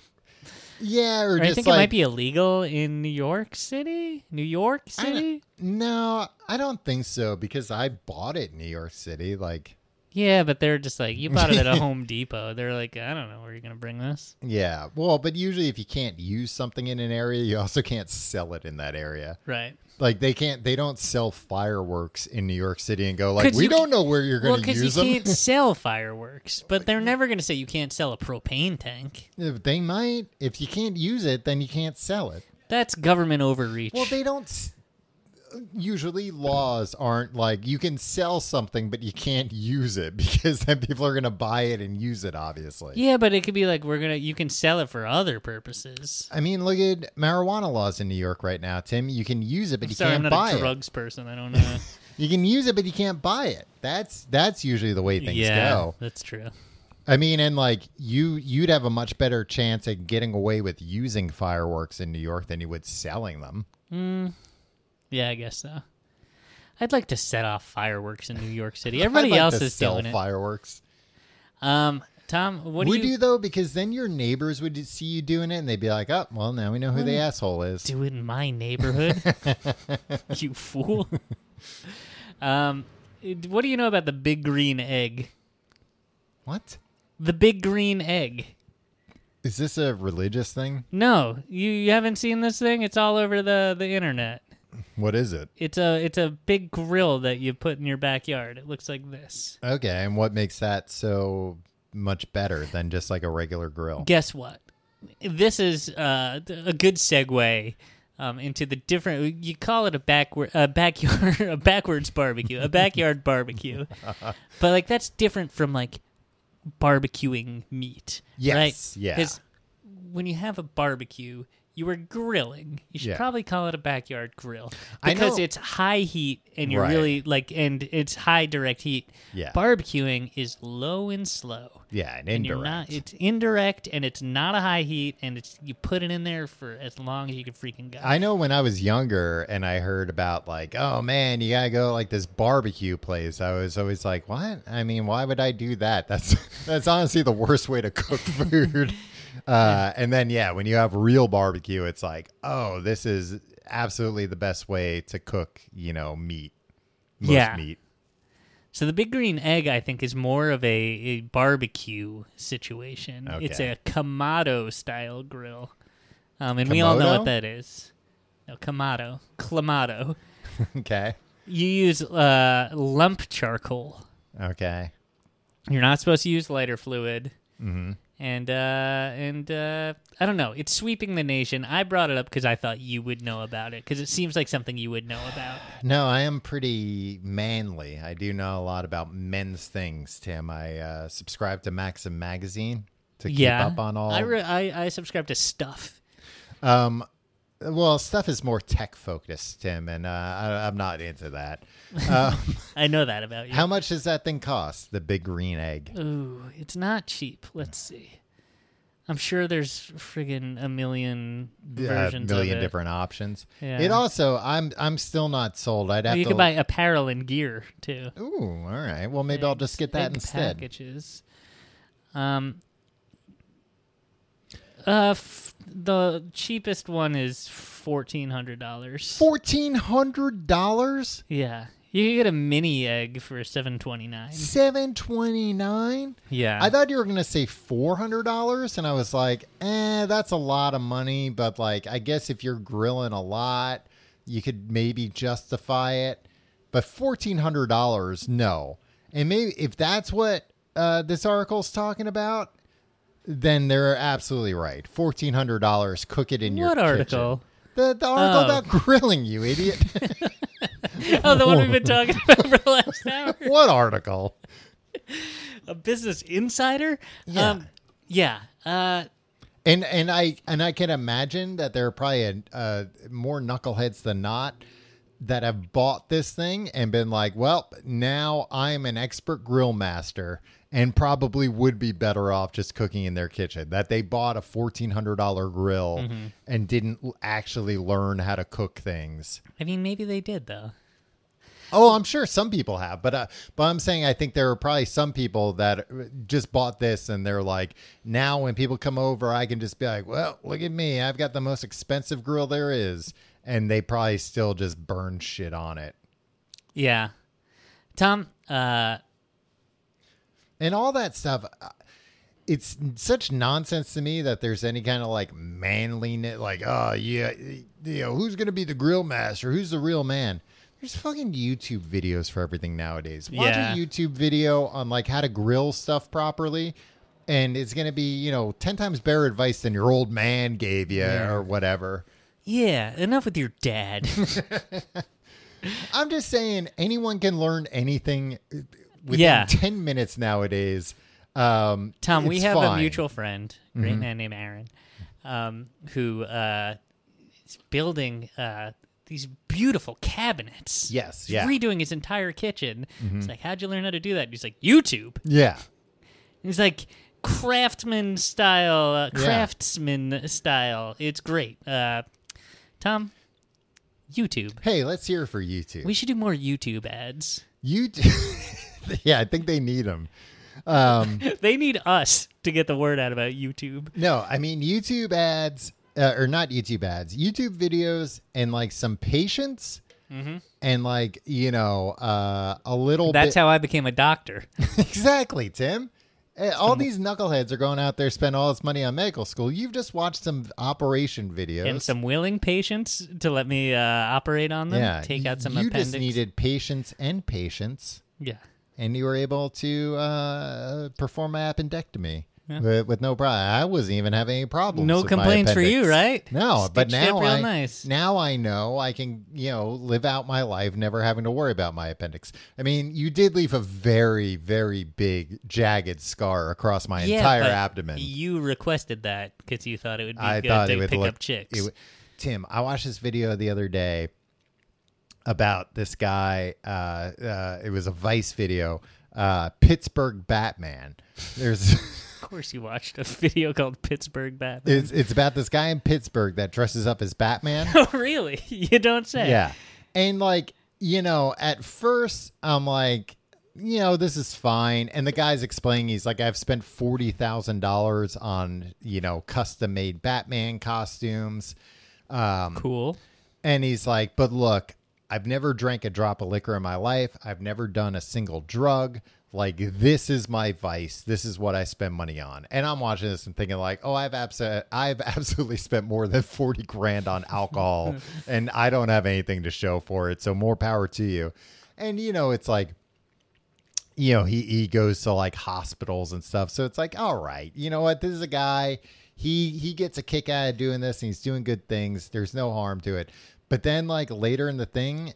Speaker 2: yeah, or
Speaker 3: Or I
Speaker 2: just
Speaker 3: think
Speaker 2: like
Speaker 3: it might be illegal in New York City. New York
Speaker 2: I
Speaker 3: City.
Speaker 2: don't- no, I don't think so because I bought it in New York City. Like,
Speaker 3: Yeah, but they're just like you bought it at a Home Depot. They're like, I don't know where you're gonna bring this.
Speaker 2: yeah, well, but usually if you can't use something in an area, you also can't sell it in that area.
Speaker 3: Right.
Speaker 2: Like they can't, they don't sell fireworks in New York City and go like,
Speaker 3: 'Cause
Speaker 2: we
Speaker 3: you-
Speaker 2: don't know where you're
Speaker 3: Well,
Speaker 2: going to
Speaker 3: because you
Speaker 2: use them.
Speaker 3: can't sell fireworks, but they're never going to say you can't sell a propane tank.
Speaker 2: If they might. If you can't use it, then you can't sell it.
Speaker 3: That's government overreach.
Speaker 2: Well, they don't. s- Usually, laws aren't like you can sell something, but you can't use it because then people are going to buy it and use it. Obviously,
Speaker 3: yeah, but it could be like we're gonna you can sell it for other purposes.
Speaker 2: I mean, look at marijuana laws in New York right now, Tim. You can use it, but you
Speaker 3: Sorry, I'm
Speaker 2: can't
Speaker 3: not
Speaker 2: buy
Speaker 3: a
Speaker 2: it.
Speaker 3: drugs person. I don't know.
Speaker 2: You can use it, but you can't buy it. That's that's usually the way things
Speaker 3: yeah,
Speaker 2: go.
Speaker 3: that's true.
Speaker 2: I mean, and like you, you'd have a much better chance at getting away with using fireworks in New York than you would selling them.
Speaker 3: Yeah, I guess so. I'd like to set off fireworks in New York City.
Speaker 2: I'd
Speaker 3: Everybody
Speaker 2: like
Speaker 3: else
Speaker 2: to
Speaker 3: is
Speaker 2: sell
Speaker 3: doing it.
Speaker 2: fireworks.
Speaker 3: Um, Tom, what
Speaker 2: would
Speaker 3: do
Speaker 2: you...
Speaker 3: you
Speaker 2: though? Because then your neighbors would see you doing it, and they'd be like, "Oh, well, now we know who the asshole is."
Speaker 3: Mm. do in my neighborhood? you fool. um, what do you know about the big green egg?
Speaker 2: What
Speaker 3: The big green egg.
Speaker 2: is this a religious thing?
Speaker 3: No, you, you haven't seen this thing. It's all over the, the internet.
Speaker 2: What is it?
Speaker 3: It's a it's a big grill that you put in your backyard. It looks like this.
Speaker 2: Okay, and what makes that so much better than just like a regular grill?
Speaker 3: Guess what? This is uh, a good segue um, into the different. You call it a backward a backyard a backwards barbecue a backyard barbecue, but like that's different from like barbecuing meat.
Speaker 2: Yes,
Speaker 3: right?
Speaker 2: yeah.
Speaker 3: 'Cause when you have a barbecue, You were grilling. You should
Speaker 2: Yeah.
Speaker 3: probably call it a backyard grill
Speaker 2: I
Speaker 3: because
Speaker 2: know-
Speaker 3: it's high heat and you're
Speaker 2: Right.
Speaker 3: really like, and it's high direct heat.
Speaker 2: Yeah.
Speaker 3: Barbecuing is low and slow.
Speaker 2: Yeah, an
Speaker 3: And
Speaker 2: indirect.
Speaker 3: you're not. It's indirect, and it's not a high heat, and it's you put it in there for as long as you can freaking go.
Speaker 2: I know when I was younger and I heard about like, oh man, you gotta go to, like this barbecue place. I was always like, what? I mean, why would I do that? That's that's honestly the worst way to cook food. uh, and then yeah, when you have real barbecue, it's like, oh, this is absolutely the best way to cook. You know, meat. Most
Speaker 3: Yeah.
Speaker 2: meat.
Speaker 3: So the big green egg, I think, is more of a, a barbecue situation. It's
Speaker 2: Okay.
Speaker 3: a Kamado style grill, um, and we all know
Speaker 2: Komodo?
Speaker 3: what that is. No, Kamado, Clamato.
Speaker 2: Okay.
Speaker 3: You use uh, lump charcoal.
Speaker 2: Okay.
Speaker 3: You're not supposed to use lighter fluid. Mm-hmm. And uh, and uh, I don't know. It's sweeping the nation. I brought it up because I thought you would know about it because it seems like something you would know about.
Speaker 2: No, I am pretty manly. I do know a lot about men's things, Tim. I uh, subscribe to Maxim magazine to keep
Speaker 3: yeah,
Speaker 2: up on all.
Speaker 3: I, re- I I subscribe to stuff.
Speaker 2: um, well, stuff is more tech focused, Tim, and uh, I, I'm not into that. Um,
Speaker 3: I know that about you.
Speaker 2: how much does that thing cost? The big green egg.
Speaker 3: Ooh, it's not cheap. Let's see. I'm sure there's friggin' a million
Speaker 2: A
Speaker 3: versions.
Speaker 2: Uh, million
Speaker 3: of it.
Speaker 2: different options.
Speaker 3: Yeah.
Speaker 2: It also, I'm I'm still not sold. I'd have
Speaker 3: You
Speaker 2: to
Speaker 3: could buy apparel and gear too.
Speaker 2: Ooh, all right. Well, maybe I'll just get that
Speaker 3: Egg
Speaker 2: instead.
Speaker 3: Packages. Um. Uh, f- the cheapest one is fourteen hundred dollars.
Speaker 2: Fourteen hundred dollars,
Speaker 3: Yeah, you can get a mini egg for seven twenty nine.
Speaker 2: seven twenty nine.
Speaker 3: Yeah,
Speaker 2: I thought you were gonna say four hundred dollars, and I was like, eh, that's a lot of money. But like, I guess if you're grilling a lot, you could maybe justify it. But fourteen hundred dollars, no. And maybe if that's what uh, this article's talking about, then they're absolutely right. Fourteen hundred dollars, cook it in your
Speaker 3: What
Speaker 2: kitchen.
Speaker 3: article?
Speaker 2: The, the article
Speaker 3: Oh.
Speaker 2: about grilling, you idiot.
Speaker 3: oh, the one we've been talking about for the last hour.
Speaker 2: what article?
Speaker 3: a business insider
Speaker 2: Yeah.
Speaker 3: um yeah uh
Speaker 2: And and I and I can imagine that there are probably uh, more knuckleheads than not that have bought this thing and been like, "Well, now I'm an expert grill master." And probably would be better off just cooking in their kitchen. That they bought a fourteen hundred dollar grill and didn't l- actually learn how to cook things.
Speaker 3: i mean maybe they did though
Speaker 2: Oh, I'm sure some people have, but uh, but I'm saying I think there are probably some people that uh, just bought this and they're like, now when people come over, I can just be like, well, look at me, I've got the most expensive grill there is, and they probably still just burn shit on it.
Speaker 3: yeah tom uh
Speaker 2: and all that stuff uh, it's such nonsense to me that there's any kind of like manliness like oh yeah you know who's gonna be the grill master who's the real man there's fucking youtube videos for everything nowadays watch
Speaker 3: Yeah.
Speaker 2: a youtube video on like how to grill stuff properly and it's gonna be you know 10 times better advice than your old man gave you or whatever
Speaker 3: yeah enough with your dad
Speaker 2: i'm just saying anyone can learn anything uh, within
Speaker 3: Yeah.
Speaker 2: 10 minutes nowadays um
Speaker 3: tom we
Speaker 2: it's
Speaker 3: have a
Speaker 2: fine. Mm-hmm.
Speaker 3: mutual friend great man named aaron um who uh is building uh these beautiful cabinets.
Speaker 2: Yes,
Speaker 3: He's
Speaker 2: yeah. Mm-hmm.
Speaker 3: redoing his entire kitchen. It's like, how'd you learn how to do that? And he's like, YouTube.
Speaker 2: yeah
Speaker 3: It's like craftsman style, uh,
Speaker 2: Yeah.
Speaker 3: craftsman style. It's great. Uh, Tom, YouTube.
Speaker 2: Hey, let's hear for YouTube.
Speaker 3: We should do more YouTube ads.
Speaker 2: YouTube. yeah, I think they need them.
Speaker 3: they need us to get the word out about YouTube.
Speaker 2: No, I mean YouTube ads, uh, or not YouTube ads, YouTube videos, and like some patience,
Speaker 3: Mm-hmm.
Speaker 2: and like you know uh, a little.
Speaker 3: That's
Speaker 2: bit-
Speaker 3: how I became a doctor.
Speaker 2: exactly, Tim. Eh, All these knuckleheads are going out there spend all this money on medical school. You've just watched some operation videos.
Speaker 3: and some willing patients to let me uh, operate on them.
Speaker 2: yeah,
Speaker 3: Take out some
Speaker 2: You
Speaker 3: appendix.
Speaker 2: just needed patience and patience,
Speaker 3: yeah.
Speaker 2: and you were able to uh, perform my appendectomy. with, with no problem. I wasn't even having any problems.
Speaker 3: No
Speaker 2: with my
Speaker 3: complaints for you,
Speaker 2: appendix.
Speaker 3: right?
Speaker 2: No, but
Speaker 3: Stitched up
Speaker 2: now
Speaker 3: real
Speaker 2: I
Speaker 3: nice.
Speaker 2: now I know I can you know live out my life never having to worry about my appendix. I mean, you did leave a very very big jagged scar across my
Speaker 3: Yeah,
Speaker 2: entire
Speaker 3: but
Speaker 2: abdomen.
Speaker 3: You requested that because you thought it would be
Speaker 2: I
Speaker 3: good
Speaker 2: thought
Speaker 3: to
Speaker 2: it would
Speaker 3: pick
Speaker 2: look
Speaker 3: up chicks.
Speaker 2: it would- Tim, I watched this video the other day about this guy. Uh, uh, it was a Vice video, uh, Pittsburgh Batman. There's.
Speaker 3: of course, you watched a video called Pittsburgh Batman.
Speaker 2: It's, it's about this guy in Pittsburgh that dresses up as Batman.
Speaker 3: oh, really? You don't say.
Speaker 2: Yeah. And like, you know, at first I'm like, you know, this is fine. And the guy's explaining, he's like, I've spent $40,000 on, you know, custom made Batman costumes.
Speaker 3: Cool.
Speaker 2: And he's like, but look, I've never drank a drop of liquor in my life. I've never done a single drug. Like, this is my vice. This is what I spend money on. And I'm watching this and thinking, like, oh, I've, abso- I've absolutely spent more than 40 grand on alcohol and I don't have anything to show for it. So, more power to you. And, you know, it's like, you know, he, he goes to like hospitals and stuff. So it's like, all right, you know what? This is a guy, he he gets a kick out of doing this and he's doing good things. There's no harm to it. But then like later in the thing,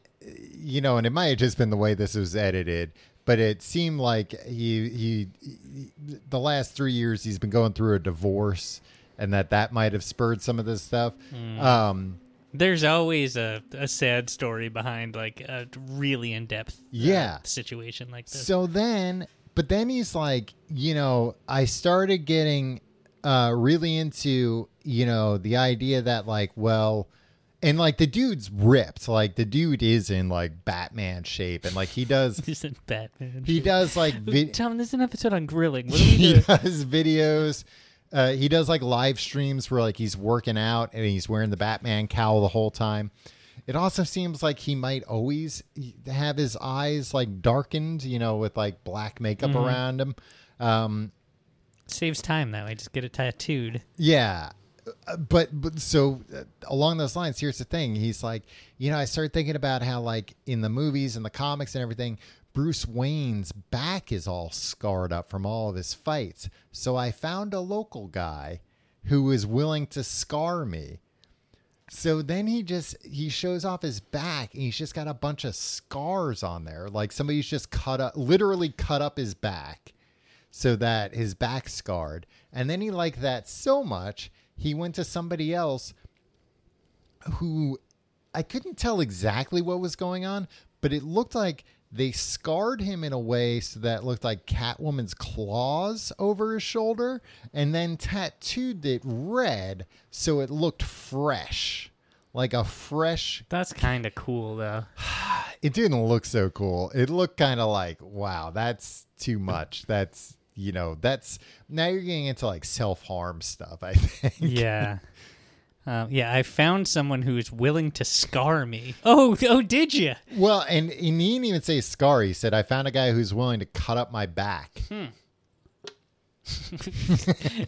Speaker 2: you know, and it might have just been the way this was edited, but it seemed like he he, he the last three years he's been going through a divorce and that that might have spurred some of this stuff. Um
Speaker 3: There's always a, a sad story behind like a really in depth
Speaker 2: Yeah.
Speaker 3: situation like this.
Speaker 2: So then, but then he's like, you know, I started getting uh, really into, you know, the idea that like, well, and like the dude's ripped, like the dude is in like Batman shape, and like he does,
Speaker 3: Isn't Batman?
Speaker 2: he does like vi-
Speaker 3: Tom, this is an episode on grilling. What do we
Speaker 2: he
Speaker 3: do?
Speaker 2: does videos. Uh, he does like live streams where like he's working out and he's wearing the Batman cowl the whole time. It also seems like he might always have his eyes like darkened, you know, with like black makeup
Speaker 3: Mm-hmm.
Speaker 2: around him. Um,
Speaker 3: Saves time that way. Just get it tattooed.
Speaker 2: yeah. Uh, But, but so uh, along those lines, here's the thing. He's like, you know, I started thinking about how, like, in the movies and the comics and everything, Bruce Wayne's back is all scarred up from all of his fights. So I found a local guy who is willing to scar me. So then he just he shows off his back and he's just got a bunch of scars on there. Like somebody's just cut up literally cut up his back so that his back scarred. And then he liked that so much, he went to somebody else who I couldn't tell exactly what was going on, but it looked like they scarred him in a way so that it looked like Catwoman's claws over his shoulder and then tattooed it red so it looked fresh. Like a fresh
Speaker 3: That's kind of cool though.
Speaker 2: it didn't look so cool. It looked kind of like, wow, that's too much. That's, you know, that's now you're getting into like self harm stuff, I think.
Speaker 3: Yeah. Um, yeah, I found someone who is willing to scar me. Oh, oh, did you?
Speaker 2: Well, and, and he didn't even say scar. He said, I found a guy who's willing to cut up my back.
Speaker 3: Hmm.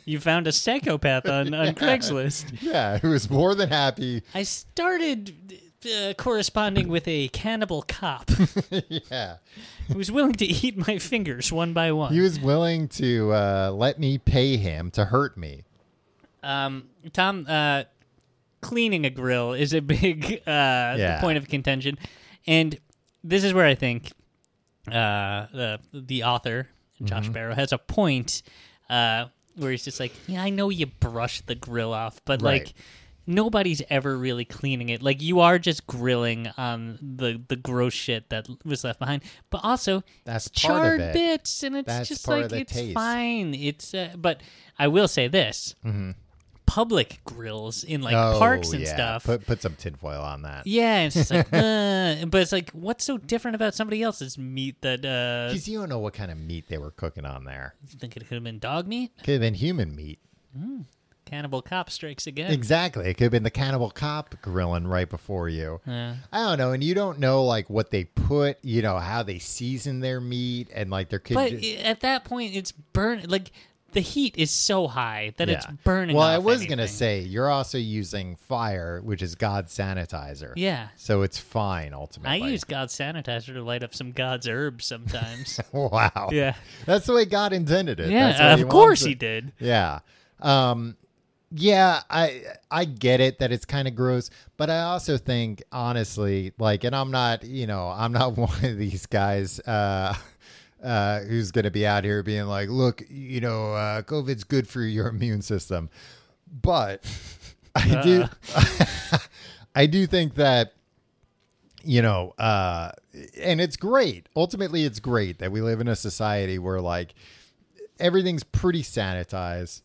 Speaker 3: You found a psychopath on, on Craigslist.
Speaker 2: yeah, who was more than happy.
Speaker 3: I started uh, corresponding with a cannibal cop
Speaker 2: Yeah.
Speaker 3: who was willing to eat my fingers one by one.
Speaker 2: He was willing to uh, let me pay him to hurt me.
Speaker 3: Um, Tom, uh, cleaning a grill is a big uh,
Speaker 2: Yeah.
Speaker 3: point of contention, and this is where I think uh, the the author Josh
Speaker 2: Mm-hmm.
Speaker 3: Barrow has a point uh, where he's just like, yeah, I know you brush the grill off, but
Speaker 2: Right.
Speaker 3: like. Nobody's ever really cleaning it. Like you are just grilling on the the gross shit that was left behind. But also,
Speaker 2: That's
Speaker 3: it's
Speaker 2: part of
Speaker 3: charred
Speaker 2: it.
Speaker 3: bits, and it's
Speaker 2: That's
Speaker 3: just
Speaker 2: part of
Speaker 3: like
Speaker 2: the
Speaker 3: it's
Speaker 2: taste.
Speaker 3: fine. It's uh, but I will say this: public grills in like
Speaker 2: Mm-hmm. Oh,
Speaker 3: parks and
Speaker 2: yeah.
Speaker 3: stuff.
Speaker 2: Put, put some tinfoil on that.
Speaker 3: yeah, it's just like, uh, but it's like, what's so different about somebody else's meat that uh,
Speaker 2: Because you don't know what kind of meat they were cooking on there.
Speaker 3: you think it could have been dog meat?
Speaker 2: Could have been human meat.
Speaker 3: Cannibal Cop strikes again.
Speaker 2: Exactly. It could have been the cannibal cop grilling right before you.
Speaker 3: Yeah.
Speaker 2: I don't know. And you don't know like what they put, you know, how they season their meat and like their kid.
Speaker 3: But i- at that point, it's burn like the heat is so high that it's
Speaker 2: Yeah.
Speaker 3: burning.
Speaker 2: Well, I
Speaker 3: off
Speaker 2: was going to
Speaker 3: anything.
Speaker 2: say, you're also using fire, which is God's sanitizer.
Speaker 3: Yeah.
Speaker 2: So it's fine
Speaker 3: I
Speaker 2: ultimately.
Speaker 3: use God's sanitizer to light up some God's herbs sometimes.
Speaker 2: Wow.
Speaker 3: yeah.
Speaker 2: That's the way God intended it. That's
Speaker 3: Yeah.
Speaker 2: what
Speaker 3: Of
Speaker 2: he
Speaker 3: course
Speaker 2: wants
Speaker 3: he
Speaker 2: it.
Speaker 3: did.
Speaker 2: Yeah. Um yeah, I I get it that it's kind of gross, but I also think honestly, like and I'm not, you know, I'm not one of these guys uh uh who's going to be out here being like, "Look, you know, uh COVID's good for your immune system." But I do I do think that you know, uh and it's great. Ultimately, it's great that we live in a society where like everything's pretty sanitized.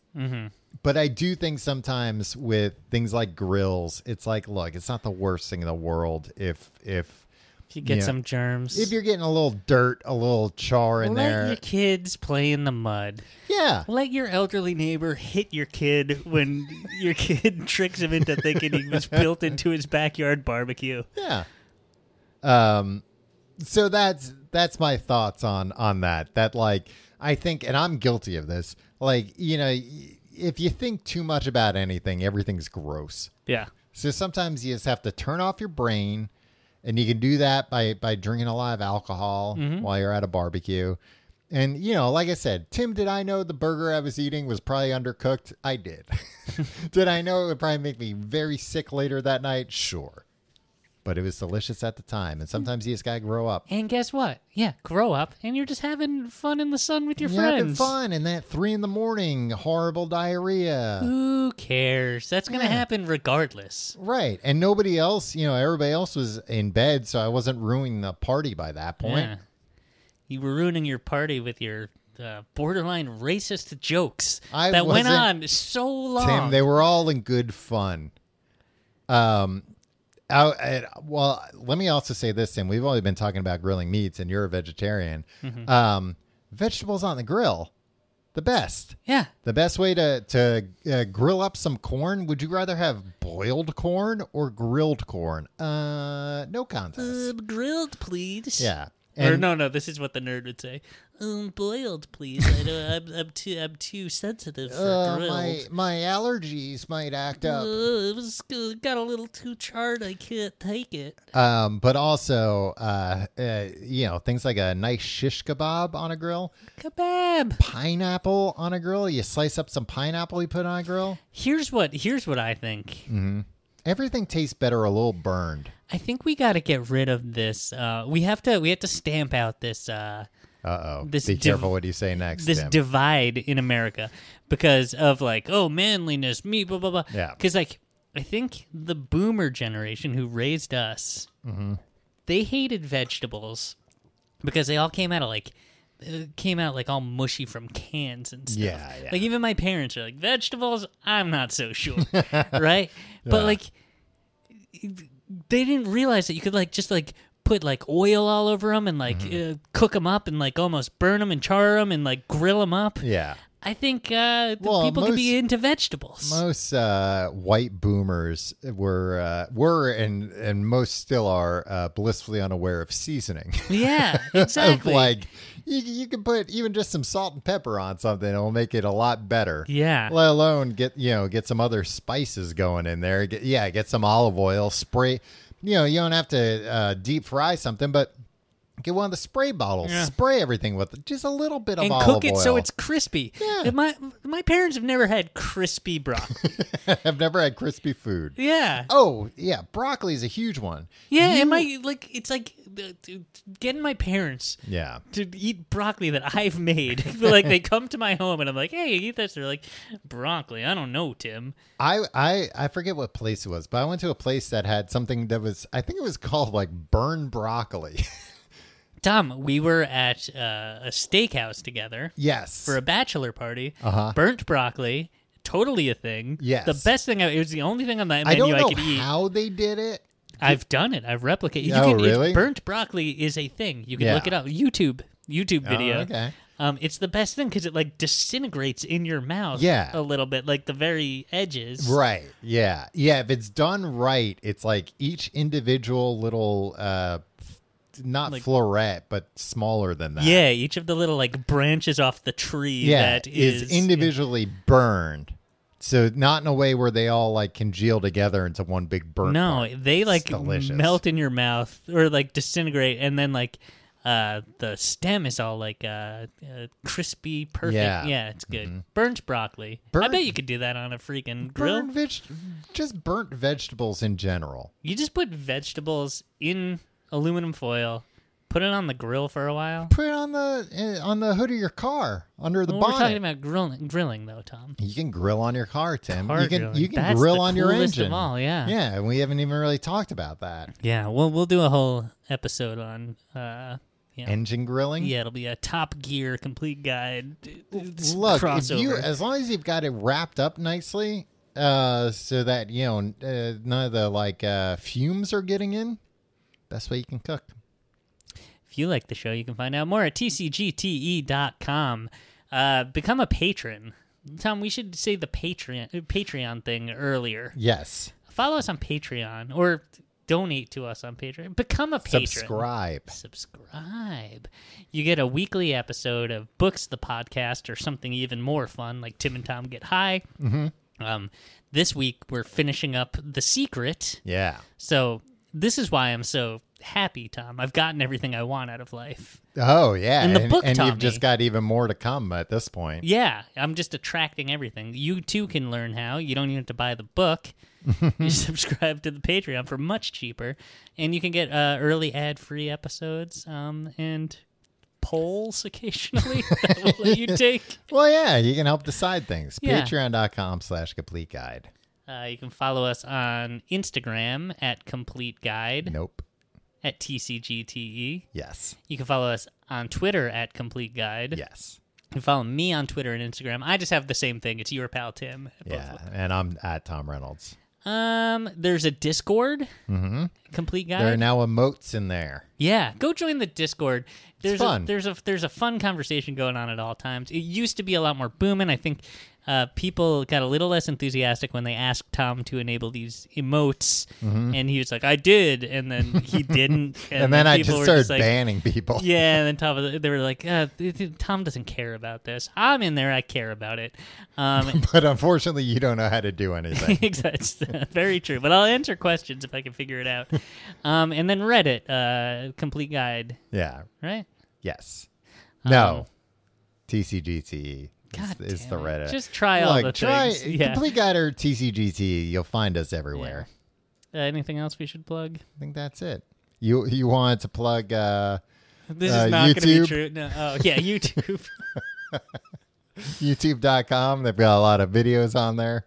Speaker 2: But I do think sometimes with things like grills, it's like, look, it's not the worst thing in the world if if
Speaker 3: If you get
Speaker 2: Yeah.
Speaker 3: some germs.
Speaker 2: if you're getting a little dirt, a little char in
Speaker 3: Let your
Speaker 2: there.
Speaker 3: kids play in the mud.
Speaker 2: Yeah.
Speaker 3: Let your elderly neighbor hit your kid when your kid tricks him into thinking he was built into his backyard barbecue.
Speaker 2: Yeah. Um so that's that's my thoughts on on that. That like I think and I'm guilty of this. Like, you know, y- if you think too much about anything, everything's gross.
Speaker 3: Yeah.
Speaker 2: So sometimes you just have to turn off your brain, and you can do that by by drinking a lot of alcohol
Speaker 3: Mm-hmm.
Speaker 2: while you're at a barbecue. And you know, like I said, Tim, did I know the burger I was eating was probably undercooked? I did. did I know it would probably make me very sick later that night? Sure. But it was delicious at the time, and sometimes you just gotta grow up.
Speaker 3: And guess what? Yeah, grow up and you're just having fun in the sun with your
Speaker 2: You're
Speaker 3: friends.
Speaker 2: having fun, and that three in the morning horrible diarrhea.
Speaker 3: Who cares? That's going to happen regardless.
Speaker 2: Right. And nobody else, you know, everybody else was in bed, so I wasn't ruining the party by that point.
Speaker 3: Yeah. You were ruining your party with your uh, borderline racist jokes
Speaker 2: I
Speaker 3: that went
Speaker 2: wasn't-
Speaker 3: on so long.
Speaker 2: Tim, they were all in good fun. Um, I, I- well, let me also say this, Tim. We've only been talking about grilling meats, and you're a vegetarian.
Speaker 3: Mm-hmm.
Speaker 2: Um, vegetables on the grill, the best.
Speaker 3: yeah.
Speaker 2: The best way to to uh, grill up some corn. Would you rather have boiled corn or grilled corn? Uh, no contest.
Speaker 3: Uh, grilled, please.
Speaker 2: yeah.
Speaker 3: or no, no. This is what the nerd would say. Um, boiled, please. I don't, I'm, I'm too, I'm too sensitive for
Speaker 2: uh,
Speaker 3: grilled.
Speaker 2: my my allergies might act up.
Speaker 3: Uh, it was it got a little too charred. I can't take it.
Speaker 2: Um, but also, uh, uh, you know, things like a nice shish kebab on a grill,
Speaker 3: Kebab.
Speaker 2: pineapple on a grill. You slice up some pineapple, you put on a grill.
Speaker 3: Here's what. Here's what I think.
Speaker 2: Hmm. Everything tastes better a little burned.
Speaker 3: I think we got to get rid of this. Uh, we have to. We have to stamp out this. Uh,
Speaker 2: Uh oh. Be
Speaker 3: This div-
Speaker 2: careful what you say next.
Speaker 3: this
Speaker 2: Tim.
Speaker 3: divide in America because of like, oh, manliness, me, blah blah blah.
Speaker 2: Yeah.
Speaker 3: Because like, I think the Boomer generation who raised us,
Speaker 2: Mm-hmm.
Speaker 3: they hated vegetables because they all came out of like, uh, came out like all mushy from cans and stuff.
Speaker 2: Yeah, yeah.
Speaker 3: Like even my parents are like, vegetables. I'm not so sure, right? But like, they didn't realize that you could like just like put like oil all over them and like
Speaker 2: Mm-hmm.
Speaker 3: uh, cook them up and like almost burn them and char them and like grill them up.
Speaker 2: yeah.
Speaker 3: I think uh, the
Speaker 2: Well,
Speaker 3: people could be
Speaker 2: most-
Speaker 3: into vegetables.
Speaker 2: Most uh, white boomers were uh, were and and most still are uh, blissfully unaware of seasoning.
Speaker 3: yeah,
Speaker 2: of
Speaker 3: exactly.
Speaker 2: like you, you can put even just some salt and pepper on something it'll make it a lot better
Speaker 3: Yeah.
Speaker 2: let alone get you know get some other spices going in there get, yeah get some olive oil spray you know you don't have to uh, deep fry something but get one of the spray bottles
Speaker 3: Yeah.
Speaker 2: spray everything with it just a little bit of
Speaker 3: and
Speaker 2: olive
Speaker 3: cook it
Speaker 2: oil
Speaker 3: so it's crispy.
Speaker 2: Yeah.
Speaker 3: My my parents have never had crispy broccoli.
Speaker 2: i've never had crispy food
Speaker 3: yeah.
Speaker 2: oh yeah broccoli is a huge one
Speaker 3: Yeah, and my like it's like uh, to- getting my parents
Speaker 2: yeah
Speaker 3: to eat broccoli that I've made. like they come to my home and I'm like, "Hey, eat this." They're like, "Broccoli? I don't know, Tim."
Speaker 2: I, I I forget what place it was, but I went to a place that had something that was I think it was called like burn broccoli.
Speaker 3: Tom, we were at uh, a steakhouse together
Speaker 2: yes.
Speaker 3: for a bachelor party.
Speaker 2: Uh-huh.
Speaker 3: Burnt broccoli, totally a thing.
Speaker 2: Yes.
Speaker 3: the best thing. I, it was the only thing on that
Speaker 2: I
Speaker 3: menu
Speaker 2: don't
Speaker 3: I,
Speaker 2: know
Speaker 3: could eat.
Speaker 2: how they did it.
Speaker 3: I've done it. I've replicated. You
Speaker 2: Oh,
Speaker 3: can, it's-
Speaker 2: really?
Speaker 3: Burnt broccoli is a thing. You can
Speaker 2: Yeah. Oh,
Speaker 3: look it up. YouTube, YouTube video.
Speaker 2: okay.
Speaker 3: Um, it's the best thing because it like disintegrates in your mouth.
Speaker 2: Yeah.
Speaker 3: a little bit, like the very edges.
Speaker 2: Right. Yeah. Yeah. If it's done right, it's like each individual little uh, not
Speaker 3: Like-
Speaker 2: floret, but smaller than that.
Speaker 3: Yeah, each of the little like branches off the tree
Speaker 2: yeah,
Speaker 3: that
Speaker 2: is,
Speaker 3: is
Speaker 2: individually burned. So not in a way where they all like congeal together into one big burn.
Speaker 3: No, they like
Speaker 2: delicious.
Speaker 3: melt in your mouth or like disintegrate, and then like uh the stem is all like uh, uh crispy, perfect.
Speaker 2: Yeah. Mm-hmm.
Speaker 3: Yeah, it's good. Burnt broccoli. I
Speaker 2: Burnt-
Speaker 3: bet you could do that on a freaking grill.
Speaker 2: burnt veg- just burnt vegetables in general.
Speaker 3: You just put vegetables in aluminum foil, put it on the grill for a while.
Speaker 2: Put it on the eh, on the hood of your car under the
Speaker 3: Well, we're
Speaker 2: bonnet.
Speaker 3: talking about grilling, grilling though, Tom.
Speaker 2: you can grill on your car, Tim.
Speaker 3: Car
Speaker 2: you can
Speaker 3: grilling.
Speaker 2: you can
Speaker 3: That's
Speaker 2: grill
Speaker 3: the
Speaker 2: on your
Speaker 3: coolest of
Speaker 2: engine.
Speaker 3: all, yeah.
Speaker 2: yeah. And we haven't even really talked about that
Speaker 3: Yeah, well, we'll do a whole episode on. uh yeah.
Speaker 2: engine grilling.
Speaker 3: yeah, it'll be a Top Gear complete guide. uh, It's
Speaker 2: Look, if
Speaker 3: crossover.
Speaker 2: you uh, as long as you've got it wrapped up nicely, uh, so that you know uh, none of the like uh, fumes are getting in. Best way you can cook.
Speaker 3: If you like the show, you can find out more at tcgte.com. E Uh, become a patron. Tom, we should say the Patreon uh, Patreon thing earlier.
Speaker 2: Yes,
Speaker 3: Follow us on Patreon or donate to us on Patreon. Become a patron.
Speaker 2: subscribe.
Speaker 3: Subscribe. You get a weekly episode of Books the Podcast or something even more fun like Tim and Tom Get High. Mm-hmm. Um, this week, we're finishing up The Secret.
Speaker 2: Yeah.
Speaker 3: So this is why I'm so happy, Tom. I've gotten everything I want out of life.
Speaker 2: Oh yeah.
Speaker 3: And the
Speaker 2: and,
Speaker 3: book
Speaker 2: and you've
Speaker 3: taught
Speaker 2: just
Speaker 3: me.
Speaker 2: got even more to come at this point.
Speaker 3: Yeah, I'm just attracting everything. You too can learn how. You don't even have to buy the book. you subscribe to the Patreon for much cheaper, and you can get uh, early ad-free episodes um, and polls occasionally that will let you take.
Speaker 2: Well, yeah, you can help decide things.
Speaker 3: Yeah.
Speaker 2: Patreon.com slash complete guide.
Speaker 3: Uh, you can follow us on Instagram at Complete Guide
Speaker 2: Nope.
Speaker 3: at TCGTE.
Speaker 2: Yes.
Speaker 3: E. You can follow us on Twitter at Complete Guide.
Speaker 2: Yes.
Speaker 3: You can follow me on Twitter and Instagram. I just have the same thing. It's your pal Tim.
Speaker 2: Yeah. And I'm at Tom Reynolds.
Speaker 3: Um, there's a Discord. Mm-hmm. Complete guide.
Speaker 2: There are now emotes in there.
Speaker 3: yeah, go join the Discord. There's
Speaker 2: fun.
Speaker 3: a there's a there's a fun conversation going on at all times. It used to be a lot more booming. I think uh, people got a little less enthusiastic when they asked Tom to enable these emotes, and he was like, "I did," and then he didn't,
Speaker 2: Mm-hmm. And, then I
Speaker 3: people
Speaker 2: just
Speaker 3: were
Speaker 2: started
Speaker 3: like,
Speaker 2: banning people.
Speaker 3: yeah, and then Tom, was- they were like, uh, th- th- "Tom doesn't care about this. I'm in there. I care about it." Um,
Speaker 2: But unfortunately, you don't know how to do anything.
Speaker 3: exactly. That's very true. But I'll answer questions if I can figure it out. Um, and then Reddit, uh, complete guide,
Speaker 2: yeah.
Speaker 3: right?
Speaker 2: Yes. No. TCGTE
Speaker 3: Um, God
Speaker 2: E is, is
Speaker 3: damn
Speaker 2: the
Speaker 3: it.
Speaker 2: Reddit.
Speaker 3: Just try all
Speaker 2: Look,
Speaker 3: the
Speaker 2: try
Speaker 3: things. Yeah.
Speaker 2: complete guide or TCGTE. E. You'll find us everywhere.
Speaker 3: Uh, anything else we should plug?
Speaker 2: I think that's it. You you wanted to plug uh,
Speaker 3: This
Speaker 2: Uh,
Speaker 3: is not going to
Speaker 2: YouTube?
Speaker 3: be true. No. Oh yeah, YouTube.
Speaker 2: youtube.com. They've got a lot of videos on there.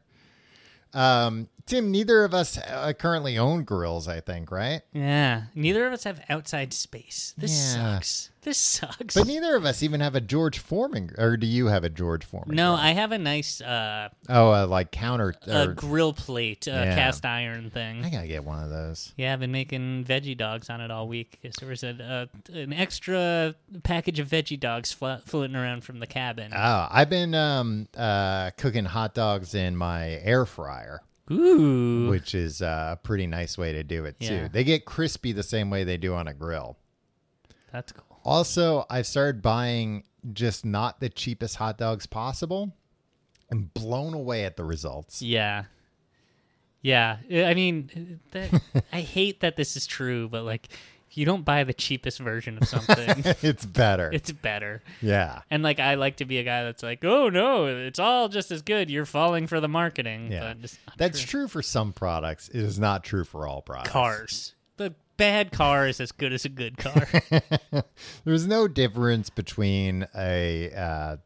Speaker 2: Um, Tim, neither of us uh, currently own grills, I think, right?
Speaker 3: yeah. Neither of us have outside space. This
Speaker 2: Yeah.
Speaker 3: sucks. This sucks.
Speaker 2: But neither of us even have a George Foreman, or do you have a George Foreman?
Speaker 3: no, I have a nice uh,
Speaker 2: grill? Oh, uh, like counter.
Speaker 3: a
Speaker 2: or-
Speaker 3: grill plate, uh,
Speaker 2: Yeah.
Speaker 3: cast iron thing.
Speaker 2: I gotta get one of those.
Speaker 3: Yeah, I've been making veggie dogs on it all week. 'cause There was a, a, an extra package of veggie dogs flo- floating around from the cabin.
Speaker 2: Oh, I've been um, uh, cooking hot dogs in my air fryer,
Speaker 3: Ooh.
Speaker 2: which is uh, a pretty nice way to do it too.
Speaker 3: Yeah.
Speaker 2: They get crispy the same way they do on a grill.
Speaker 3: That's cool.
Speaker 2: Also, I've started buying just not the cheapest hot dogs possible and blown away at the results.
Speaker 3: Yeah. Yeah. I I mean, uh, that, I hate that this is true, but like, if you don't buy the cheapest version of something,
Speaker 2: it's better.
Speaker 3: it's better.
Speaker 2: yeah.
Speaker 3: And like, I like to be a guy that's like, oh no, it's all just as good. You're falling for the marketing.
Speaker 2: Yeah.
Speaker 3: But it's not
Speaker 2: That's
Speaker 3: true.
Speaker 2: true. for some products. It is not true for all products.
Speaker 3: Cars. The bad car is as good as a good car.
Speaker 2: There's no difference between a uh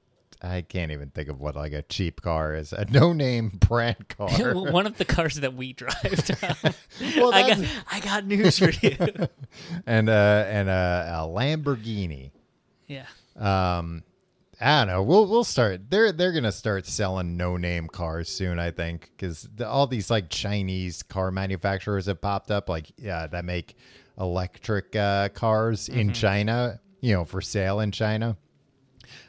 Speaker 2: I can't even think of what like a cheap car is. A no-name brand car.
Speaker 3: Well, one of the cars that we drive. Tom.
Speaker 2: Well,
Speaker 3: I got
Speaker 2: that's-
Speaker 3: I got news for you.
Speaker 2: and uh and a, a Lamborghini.
Speaker 3: yeah.
Speaker 2: I don't know. We'll we'll start. They're they're gonna start selling no name cars soon. I think because the, all these like Chinese car manufacturers have popped up, like yeah, that make electric uh, cars in China. You know, for sale in China.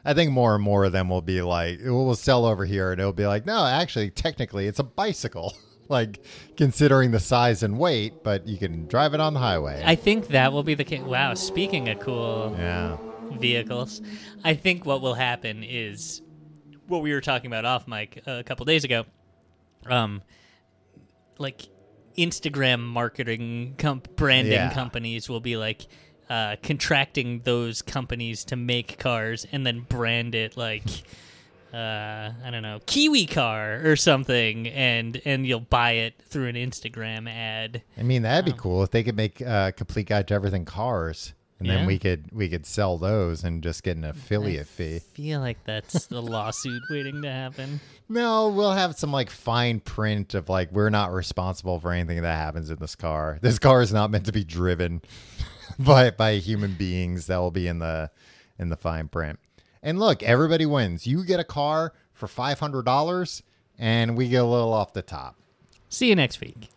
Speaker 2: I think more and more of them will be like, we'll sell over here, and it'll be like, no, actually, technically, it's a bicycle. like considering the size and weight, but you can drive it on the highway.
Speaker 3: I think that will be the case. Wow, speaking of cool
Speaker 2: yeah.
Speaker 3: vehicles, I think what will happen is what we were talking about off mic a couple days ago. Um, like Instagram marketing comp- branding
Speaker 2: Yeah.
Speaker 3: companies will be like uh, contracting those companies to make cars and then brand it like. Uh, I don't know, Kiwi car or something, and and you'll buy it through an Instagram ad.
Speaker 2: I mean, that'd be cool if they could make uh, complete guide to everything cars, and
Speaker 3: Yeah.
Speaker 2: then we could we could sell those and just get an affiliate fee.
Speaker 3: feel like that's the lawsuit waiting to happen.
Speaker 2: No, we'll have some like fine print of like we're not responsible for anything that happens in this car. This car is not meant to be driven by by human beings. That will be in the in the fine print. And look, everybody wins. You get a car for five hundred dollars, and we get a little off the top.
Speaker 3: See you next week.